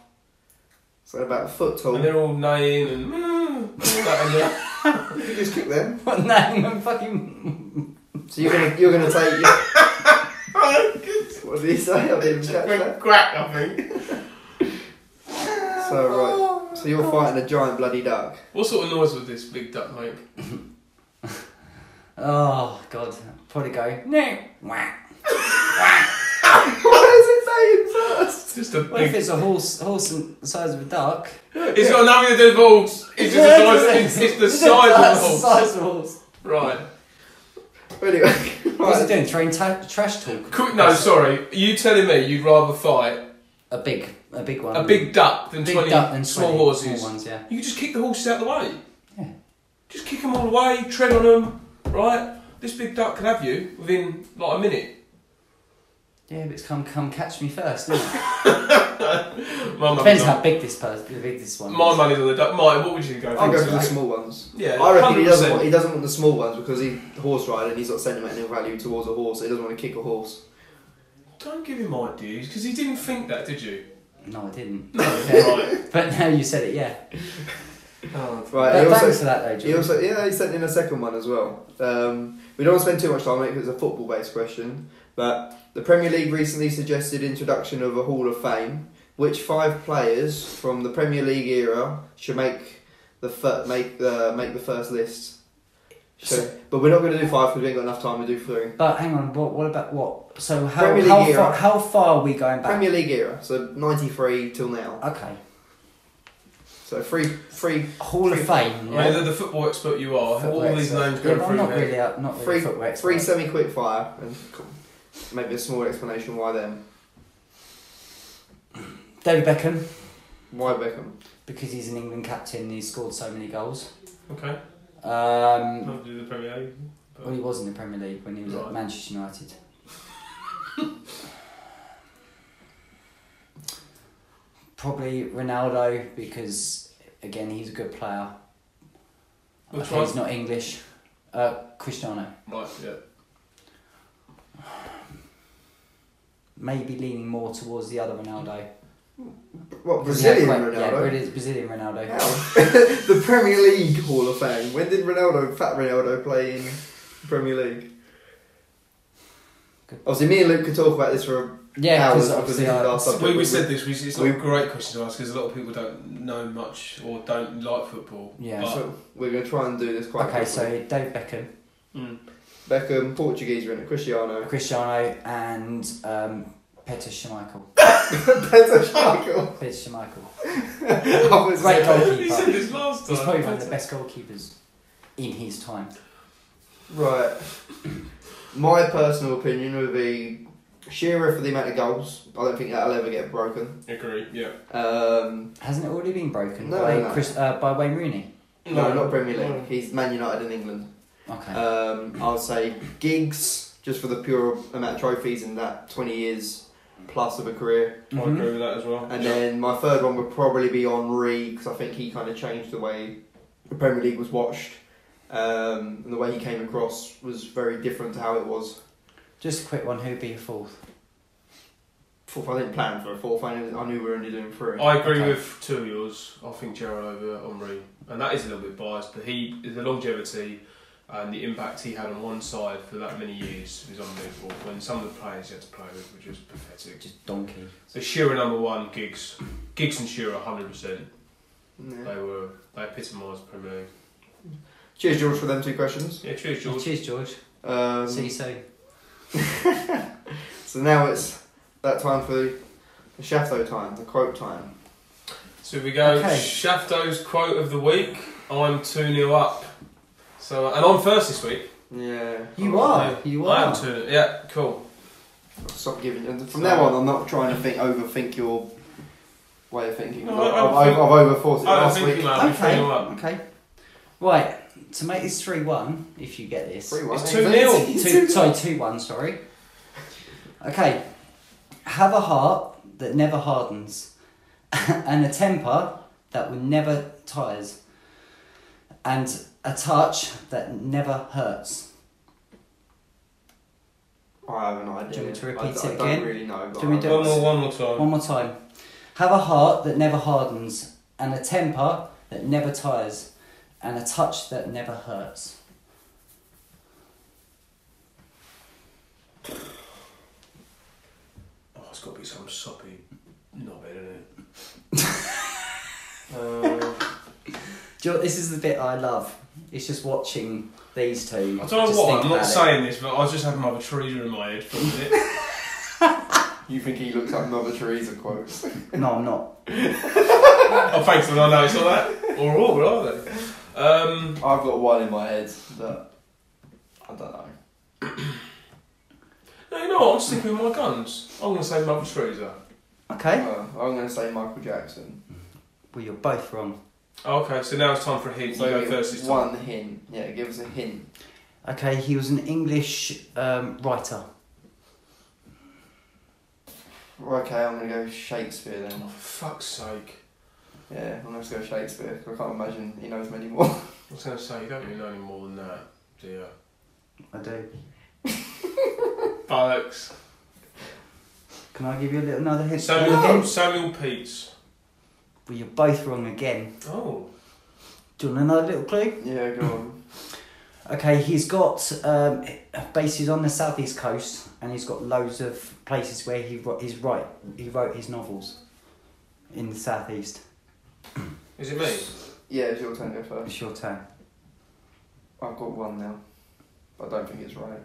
Speaker 3: So about a foot tall.
Speaker 1: And they're all neighing and. "Mm," and all that, and they're-
Speaker 3: You just kick them.
Speaker 2: What name and fucking.
Speaker 3: So you're going to you're gonna take... Your... what did he say? I didn't even catch that.
Speaker 1: Quack, I think.
Speaker 3: (laughs) So right, so you're fighting a giant bloody duck.
Speaker 1: (laughs) What sort of noise would this big duck make?
Speaker 2: Oh, God. Probably go. No. Wah.
Speaker 3: (laughs) Why is it saying first?
Speaker 1: It's just a
Speaker 2: What if
Speaker 1: big.
Speaker 2: it's a horse, horse and the size of a duck?
Speaker 1: It's got nothing to do with balls. It's just the size. It's, it's the size of the
Speaker 2: (laughs) It's
Speaker 1: horse.
Speaker 2: size of a horse.
Speaker 1: Right.
Speaker 3: Anyway, (laughs)
Speaker 2: What's he
Speaker 3: right.
Speaker 2: doing? Throwing ta- trash talk?
Speaker 1: Quick, no, sorry. You telling me you'd rather fight
Speaker 2: A big, a big one.
Speaker 1: a big duck than
Speaker 2: Big
Speaker 1: twenty
Speaker 2: duck and
Speaker 1: small
Speaker 2: 20
Speaker 1: horses?
Speaker 2: small ones, yeah.
Speaker 1: You could just kick the horses out of the way.
Speaker 2: Yeah.
Speaker 1: Just kick them all away. Tread on them. Right. This big duck can have you within like a minute.
Speaker 2: Yeah, but it's come, come catch me first, isn't it?
Speaker 1: My money's
Speaker 2: Depends
Speaker 1: on,
Speaker 2: how big this person, how big this one.
Speaker 1: my
Speaker 2: is.
Speaker 1: money's on the duck. Mike, what would you go for?
Speaker 3: I'll go for the small ones.
Speaker 1: Yeah,
Speaker 3: I reckon he doesn't,
Speaker 1: 100%.
Speaker 3: want, he doesn't want the small ones because he's a horse rider and he's not sentimental value towards a horse. So he doesn't want to kick a horse.
Speaker 1: Don't give him ideas because he didn't think that, did you?
Speaker 2: No, I didn't.
Speaker 1: No, (laughs) right.
Speaker 2: But now you said it, yeah.
Speaker 1: Oh,
Speaker 3: Right.
Speaker 2: Th-
Speaker 3: he also-
Speaker 2: thanks for that, though,
Speaker 3: He
Speaker 2: John.
Speaker 3: also, yeah, he sent in a second one as well. Um, we don't want to spend too much time on it because it's a football-based question. But the Premier League recently suggested introduction of a Hall of Fame. Which five players from the Premier League era should make the fir- make the make the first list? So, but we're not going to do five because we ain't got enough time to do three.
Speaker 2: But hang on, what, what about what? So how
Speaker 3: Premier League
Speaker 2: how
Speaker 3: era.
Speaker 2: far, how far are we going back?
Speaker 3: Premier League era, so '93 till now.
Speaker 2: Okay,
Speaker 3: So three three
Speaker 2: Hall of Fame.
Speaker 1: I mean,
Speaker 2: Yeah.
Speaker 1: the, the football expert you are,
Speaker 2: Football
Speaker 1: all these
Speaker 2: expert.
Speaker 1: names
Speaker 2: yeah,
Speaker 1: going
Speaker 2: but
Speaker 1: through
Speaker 2: I'm
Speaker 1: your
Speaker 2: not
Speaker 1: head.
Speaker 2: really, a, not really
Speaker 3: Three-
Speaker 2: a football expert.
Speaker 3: three semi quick fire and maybe a small explanation why them.
Speaker 2: David Beckham,
Speaker 3: Why Beckham?
Speaker 2: because he's an England captain and he's scored so many goals.
Speaker 1: Okay,
Speaker 2: Um,
Speaker 1: not do the Premier League.
Speaker 2: well, he was in the Premier League when he was
Speaker 1: Right.
Speaker 2: at Manchester United. (laughs) Probably Ronaldo because again he's a good player. I
Speaker 1: Which
Speaker 2: think
Speaker 1: one?
Speaker 2: He's not English. Uh, Cristiano.
Speaker 1: Right, yeah.
Speaker 2: Maybe leaning more towards the other Ronaldo.
Speaker 3: What
Speaker 2: Because he had
Speaker 3: Brazilian
Speaker 2: quite- Yeah,
Speaker 3: Ronaldo?
Speaker 2: Brazilian- Brazilian Ronaldo.
Speaker 3: How? (laughs) the Premier League Hall of Fame. When did Ronaldo, Fat Ronaldo, play in Premier League?
Speaker 2: Good.
Speaker 3: Obviously, me and Luke could talk about this for. A,
Speaker 2: Yeah,
Speaker 3: Hours,
Speaker 2: because obviously
Speaker 3: because
Speaker 2: I,
Speaker 3: last time-
Speaker 1: We, we said this. We, it's not
Speaker 3: We-
Speaker 1: a great question to ask because a lot of people don't know much or don't like football.
Speaker 2: Yeah.
Speaker 1: But-
Speaker 3: so we're going to try and do this quite.
Speaker 2: Okay,
Speaker 3: quickly.
Speaker 2: so David Beckham,
Speaker 1: Mm.
Speaker 3: Beckham, Portuguese winner, Cristiano, (laughs)
Speaker 2: Cristiano, and um, Petr Schmeichel.
Speaker 3: Peter Schmeichel.
Speaker 2: Petr Schmeichel.
Speaker 3: I was
Speaker 2: Great
Speaker 3: like-
Speaker 1: (laughs)
Speaker 2: goalkeeper.
Speaker 1: He said this last time.
Speaker 2: He's probably one of the best goalkeepers in his time.
Speaker 3: (laughs) Right. My personal opinion would be Shearer for the amount of goals. I don't think that'll ever get broken.
Speaker 1: Agree. Yeah.
Speaker 3: Um,
Speaker 2: Hasn't it already been broken
Speaker 3: No,
Speaker 2: by
Speaker 3: no, no.
Speaker 2: Chris uh, by Wayne Rooney?
Speaker 3: no, not Premier League. He's Man United in England.
Speaker 2: Okay.
Speaker 3: Um, I would say gigs, just for the pure amount of trophies in that 20 years plus of a career.
Speaker 1: I
Speaker 2: Mhm.
Speaker 1: agree with that as well.
Speaker 3: And then my third one would probably be Henri, because I think he kind of changed the way the Premier League was watched. Um, and the way he came across was very different to how it was.
Speaker 2: Just a quick one. Who'd be your fourth?
Speaker 3: Fourth, I didn't plan for a fourth, I knew, I knew we were only doing three.
Speaker 1: I agree
Speaker 2: Okay.
Speaker 1: with two of yours. I think Gerald over Omri, and that is a little bit biased, but he the longevity and the impact he had on one side for that many years is unbelievable. When some of the players he had to play with were just pathetic.
Speaker 2: Just donkey.
Speaker 1: So Shearer number one, Giggs, Giggs and Shearer, hundred percent.
Speaker 3: Yeah.
Speaker 1: They were they epitomised Premier League.
Speaker 3: Cheers, George, for them two questions.
Speaker 1: Yeah, cheers, George.
Speaker 2: Cheers, George.
Speaker 3: Um,
Speaker 2: See you soon.
Speaker 3: so now it's that time for the Chateau time, the quote time.
Speaker 1: So we go
Speaker 2: Okay.
Speaker 1: Shafto's quote of the week. I'm 2 0 up. So and I'm first this week.
Speaker 3: Yeah.
Speaker 2: You are. You
Speaker 1: I
Speaker 2: are.
Speaker 1: am 2 Yeah, cool.
Speaker 3: Stop giving. And from
Speaker 1: So-
Speaker 3: now on, I'm not trying to think overthink your way of thinking.
Speaker 1: No,
Speaker 3: I've,
Speaker 1: I don't
Speaker 3: I've,
Speaker 1: think-
Speaker 3: I've overthought it
Speaker 1: I don't
Speaker 3: last
Speaker 1: think
Speaker 3: week.
Speaker 1: Oh, you might be 3
Speaker 2: Okay.
Speaker 1: 0 up.
Speaker 2: Okay. Right. To make this three one, if you get this.
Speaker 3: Three one.
Speaker 1: It's 2-0.
Speaker 3: (laughs)
Speaker 2: two, sorry, two one. Sorry. Okay. Have a heart that never hardens, (laughs) and a temper that will never tires, and a touch that never hurts.
Speaker 3: I have an idea.
Speaker 2: Do you want me to
Speaker 3: I,
Speaker 2: repeat
Speaker 3: I
Speaker 2: it
Speaker 3: don't
Speaker 2: again?
Speaker 3: really know. But
Speaker 2: Do you want me
Speaker 3: I-
Speaker 2: to-
Speaker 1: One more, one more time.
Speaker 2: One more time. Have a heart that never hardens, and a temper that never tires, and a touch that never hurts.
Speaker 1: Oh, it's got to be some soppy knobhead, isn't it?
Speaker 3: Uh,
Speaker 2: Do you know, this is the bit I love. It's just watching these two.
Speaker 1: I don't know
Speaker 2: just
Speaker 1: what,
Speaker 2: think
Speaker 1: I'm not
Speaker 2: about it.
Speaker 1: saying this, but I was just having my Teresa in my head for a minute. (laughs)
Speaker 3: you think he looks like Mother Teresa
Speaker 1: (laughs)
Speaker 3: quotes?
Speaker 2: No, I'm not.
Speaker 1: oh, thankfully I know it's not that. Or all, are they? Um,
Speaker 3: I've got one in my head that I don't know.
Speaker 1: no, you know what? I'm sticking with my guns. I'm going to say Mother Teresa.
Speaker 2: Okay.
Speaker 3: Uh, I'm going to say Michael Jackson.
Speaker 2: Well, you're both wrong.
Speaker 1: Oh, Okay, so now it's time for a hint. So you go
Speaker 3: give
Speaker 1: first this time.
Speaker 3: one hint. Yeah, give us a hint.
Speaker 2: Okay, he was an English um, writer.
Speaker 3: Okay, I'm gonna go Shakespeare then.
Speaker 1: Oh, for fuck's sake.
Speaker 3: Yeah, I'm gonna go Shakespeare. 'cause I can't imagine he knows many more. (laughs)
Speaker 1: I was going to say, you don't really know any more than that, do you?
Speaker 2: I do.
Speaker 1: Bollocks.
Speaker 2: Can I give you a little, another hint?
Speaker 1: Samuel,
Speaker 2: Again?
Speaker 1: Samuel Pepys.
Speaker 2: Well, you're both wrong again.
Speaker 1: Oh.
Speaker 2: Do you want another little clue?
Speaker 3: yeah, go on.
Speaker 2: Okay, he's got um, bases on the southeast coast, and he's got loads of places where he wr- he's right. He wrote his novels in the southeast.
Speaker 1: Is it me?
Speaker 3: Yeah, it's your turn to go first.
Speaker 2: It's your turn.
Speaker 3: I've got one now. But I don't think it's right.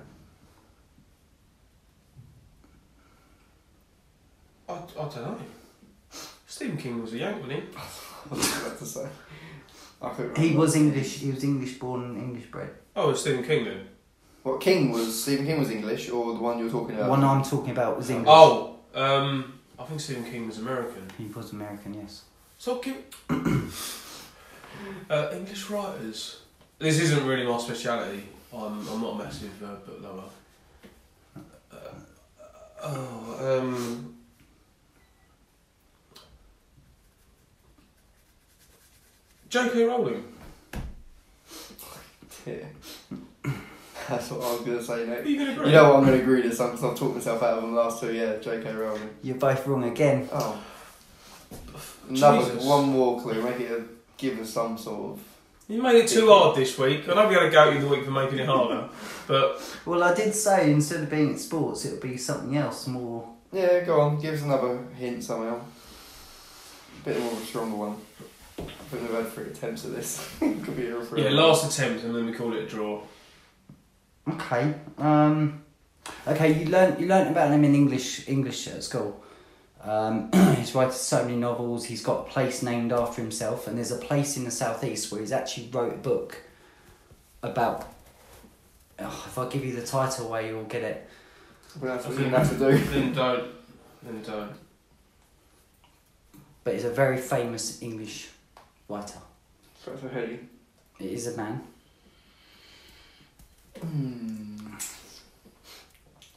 Speaker 3: (laughs)
Speaker 1: I, I don't know. Stephen King was a Yank, wasn't he?
Speaker 3: I was about to say. I couldn't
Speaker 2: He
Speaker 3: remember.
Speaker 2: was English. He was English born and English bred.
Speaker 1: Oh, it's Stephen King then.
Speaker 3: What King was Stephen King was English or the one you were talking
Speaker 2: The
Speaker 3: about? (laughs)
Speaker 2: one I'm talking about was English.
Speaker 1: Oh, um, I think Stephen King was American.
Speaker 2: He was American, yes.
Speaker 1: So give (coughs) uh, English writers. This isn't really my speciality. I'm, I'm not a massive uh, book lover. Uh, oh, um, J.K. Rowling.
Speaker 3: Yeah. That's what I was gonna say
Speaker 1: Are
Speaker 3: next.
Speaker 1: (laughs) you gonna agree?
Speaker 3: You know what? I'm gonna agree to some because I've talked myself out of them last two. Yeah, J.K. Rowling.
Speaker 2: You're both wrong again.
Speaker 3: Oh, another
Speaker 1: Jesus.
Speaker 3: one more clue. Make it a, give us some sort of.
Speaker 1: You made it too hard this week. I know we had a go at you the week for making it harder, but
Speaker 2: Well, I did say instead of being at sports, it would be something else more.
Speaker 3: Yeah, go on. Give us another hint somehow. Bit more of a stronger one. I think we've had three attempts at this. (laughs) Could be a real
Speaker 1: yeah,
Speaker 3: thriller.
Speaker 1: last attempt and then we call it a draw.
Speaker 2: Okay. Um, okay, you learnt you learnt about him in English English at school. Um, (clears throat) he's written so many novels. He's got a place named after himself, and there's a place in the southeast where he's actually wrote a book about. Oh, if I give you the title, where you'll get it.
Speaker 3: We're gonna have to, we're gonna have to do.
Speaker 1: Then don't. Then don't.
Speaker 2: But he's a very famous English writer.
Speaker 3: That's a heady.
Speaker 2: It is a man.
Speaker 3: Hmm.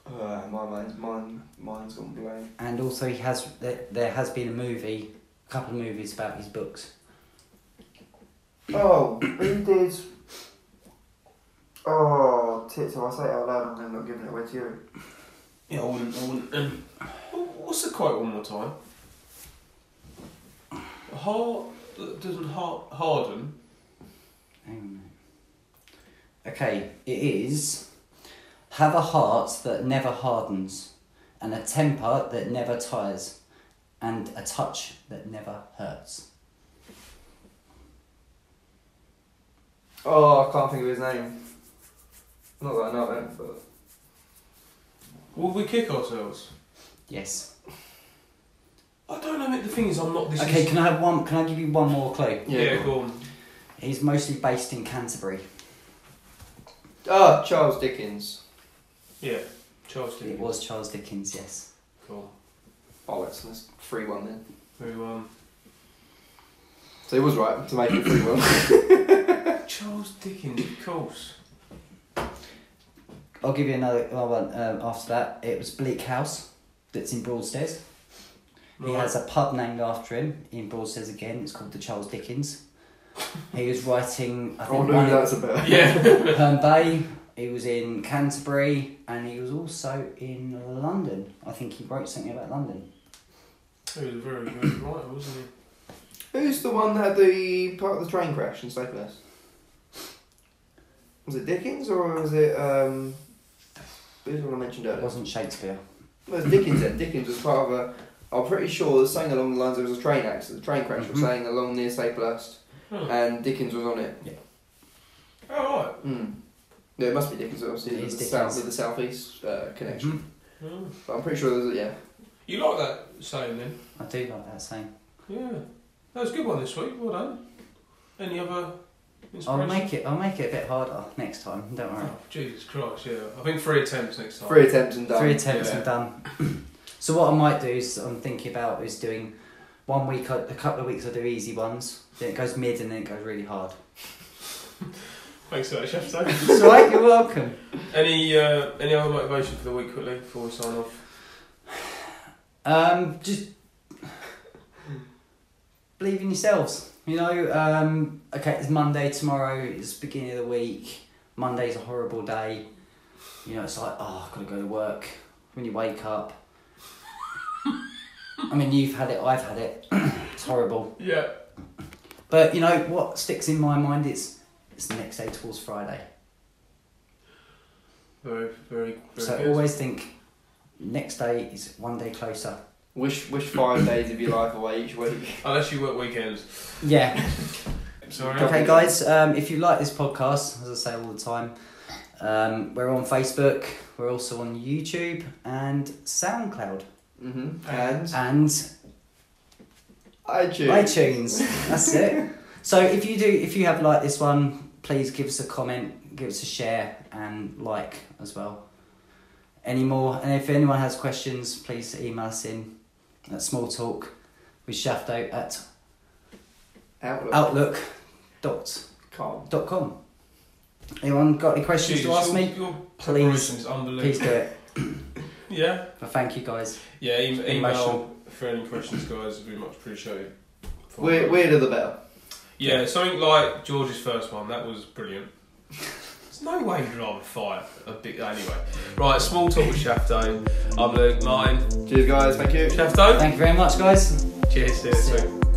Speaker 3: Uh, my mind's mine. Mine's gone blank.
Speaker 2: and also he has there, there has been a movie a couple of movies about his books
Speaker 3: Oh, he did. Oh, tits! If I say it out loud, I'm not giving it away to you.
Speaker 1: Yeah, I wouldn't. I wouldn't. Um, wh- what's the quote one more time? Heart that doesn't har- harden.
Speaker 2: Hang on a minute. okay it is have a heart that never hardens and a temper that never tires and a touch that never hurts
Speaker 3: Oh, I can't think of his name. Not that I know it, but
Speaker 1: Will we kick ourselves?
Speaker 2: yes
Speaker 1: I don't know. mate, The thing is, I'm not. This
Speaker 2: okay
Speaker 1: Is,
Speaker 2: can i have one can i give you one more clue
Speaker 1: yeah, go on.
Speaker 2: he's mostly based in canterbury
Speaker 3: Ah, Charles Dickens.
Speaker 1: Yeah, Charles
Speaker 2: it
Speaker 1: Dickens.
Speaker 2: was charles dickens yes
Speaker 1: Cool.
Speaker 3: Bollocks, Oh, that's three one then.
Speaker 1: Very well.
Speaker 3: So he was right to make it three one.
Speaker 1: Charles Dickens, of course.
Speaker 2: I'll give you another another one um, after that. It was Bleak House, that's in Broadstairs. He
Speaker 1: Right.
Speaker 2: has a pub named after him in Broadstairs again. It's called the Charles Dickens. He was writing, I
Speaker 3: (laughs) I
Speaker 2: think,
Speaker 3: wonder
Speaker 2: one
Speaker 3: who
Speaker 2: in
Speaker 3: Oh, that's about.
Speaker 1: yeah. (laughs)
Speaker 2: Herne Bay. He was in Canterbury, and he was also in London. I think he wrote something about London.
Speaker 1: He was a very good writer, wasn't he?
Speaker 3: Who's the one that had the part of the train crash in Staples? Was it Dickens or was it um? Who's the one I mentioned
Speaker 2: It
Speaker 3: earlier?
Speaker 2: wasn't Shakespeare.
Speaker 3: Well, it's Dickens then. Dickens was part of a. I'm pretty sure there's something along the lines there was a train accident, a train crash was
Speaker 2: Mhm.
Speaker 3: saying along near Saplehurst,
Speaker 1: Huh.
Speaker 3: and Dickens was on it.
Speaker 1: Oh, right.
Speaker 3: Hmm. Yeah, it must be Dickens, obviously,
Speaker 2: It
Speaker 3: with
Speaker 2: is
Speaker 3: the, south, with
Speaker 2: Dickens.
Speaker 3: the southeast uh, connection.
Speaker 2: Mhm.
Speaker 1: Hmm.
Speaker 3: But I'm pretty sure there's a, yeah.
Speaker 1: You like that saying then?
Speaker 2: I do like that saying.
Speaker 1: Yeah. That was a good one this week. Well done. Any other
Speaker 2: I'll
Speaker 1: inspiration?
Speaker 2: make it. I'll make it a bit harder next time. Don't worry.
Speaker 1: Oh, Jesus Christ, yeah. I think three attempts next time.
Speaker 3: Three attempts and done.
Speaker 2: Three attempts
Speaker 1: Yeah.
Speaker 2: and done. (clears throat) so what I might do is I'm thinking about is doing one week, I- a couple of weeks I do easy ones, then it goes mid and then it goes really hard.
Speaker 1: (laughs) Thanks for that, Chef. Sam.
Speaker 2: It's all right, you're welcome.
Speaker 1: any uh, any other motivation for the week quickly before we sign off?
Speaker 2: Um, just believe in yourselves. You know, um, okay, it's Monday tomorrow. It's beginning of the week. Monday's a horrible day. You know, it's like oh, I've got to go to work. When you wake up, I mean, you've had it. I've had it. (clears throat) it's horrible.
Speaker 1: Yeah.
Speaker 2: But you know what sticks in my mind is it's the next day towards Friday.
Speaker 1: Very, very, very
Speaker 2: so
Speaker 1: good.
Speaker 2: always think next day is one day closer.
Speaker 3: Wish wish five days of your life away each week.
Speaker 1: Unless you work weekends.
Speaker 2: Yeah.
Speaker 1: Sorry.
Speaker 2: Okay, guys. Um, if you like this podcast, as I say all the time, um, we're on Facebook. We're also on YouTube and SoundCloud
Speaker 3: hmm And
Speaker 2: Mm-hmm. and
Speaker 3: iTunes.
Speaker 2: iTunes. That's it. So if you do, if you have liked this one, please give us a comment, give us a share, and like as well. Any more, and if anyone has questions, please email us in at smalltalk with Shafto at
Speaker 3: Outlook.
Speaker 2: outlook dot
Speaker 3: Can't.
Speaker 2: dot com. Anyone got any questions
Speaker 1: Jesus,
Speaker 2: to ask
Speaker 1: your,
Speaker 2: me?
Speaker 1: Your
Speaker 2: Please.
Speaker 1: preparation is unbelievable.
Speaker 2: Please do it.
Speaker 1: Yeah.
Speaker 2: But thank you guys.
Speaker 1: Yeah. E- email
Speaker 2: Emotional.
Speaker 1: for any questions, guys. Would be much appreciated.
Speaker 3: Weir- Weirder the better.
Speaker 1: Yeah, something like George's first one. That was brilliant. There's no way you'd rather fire a big. Anyway, right. Small talk with Shafto. I'm Luke. Mine.
Speaker 3: Cheers, guys. Thank you.
Speaker 1: Shafto.
Speaker 2: Thank you very much, guys.
Speaker 1: Cheers. See you next week.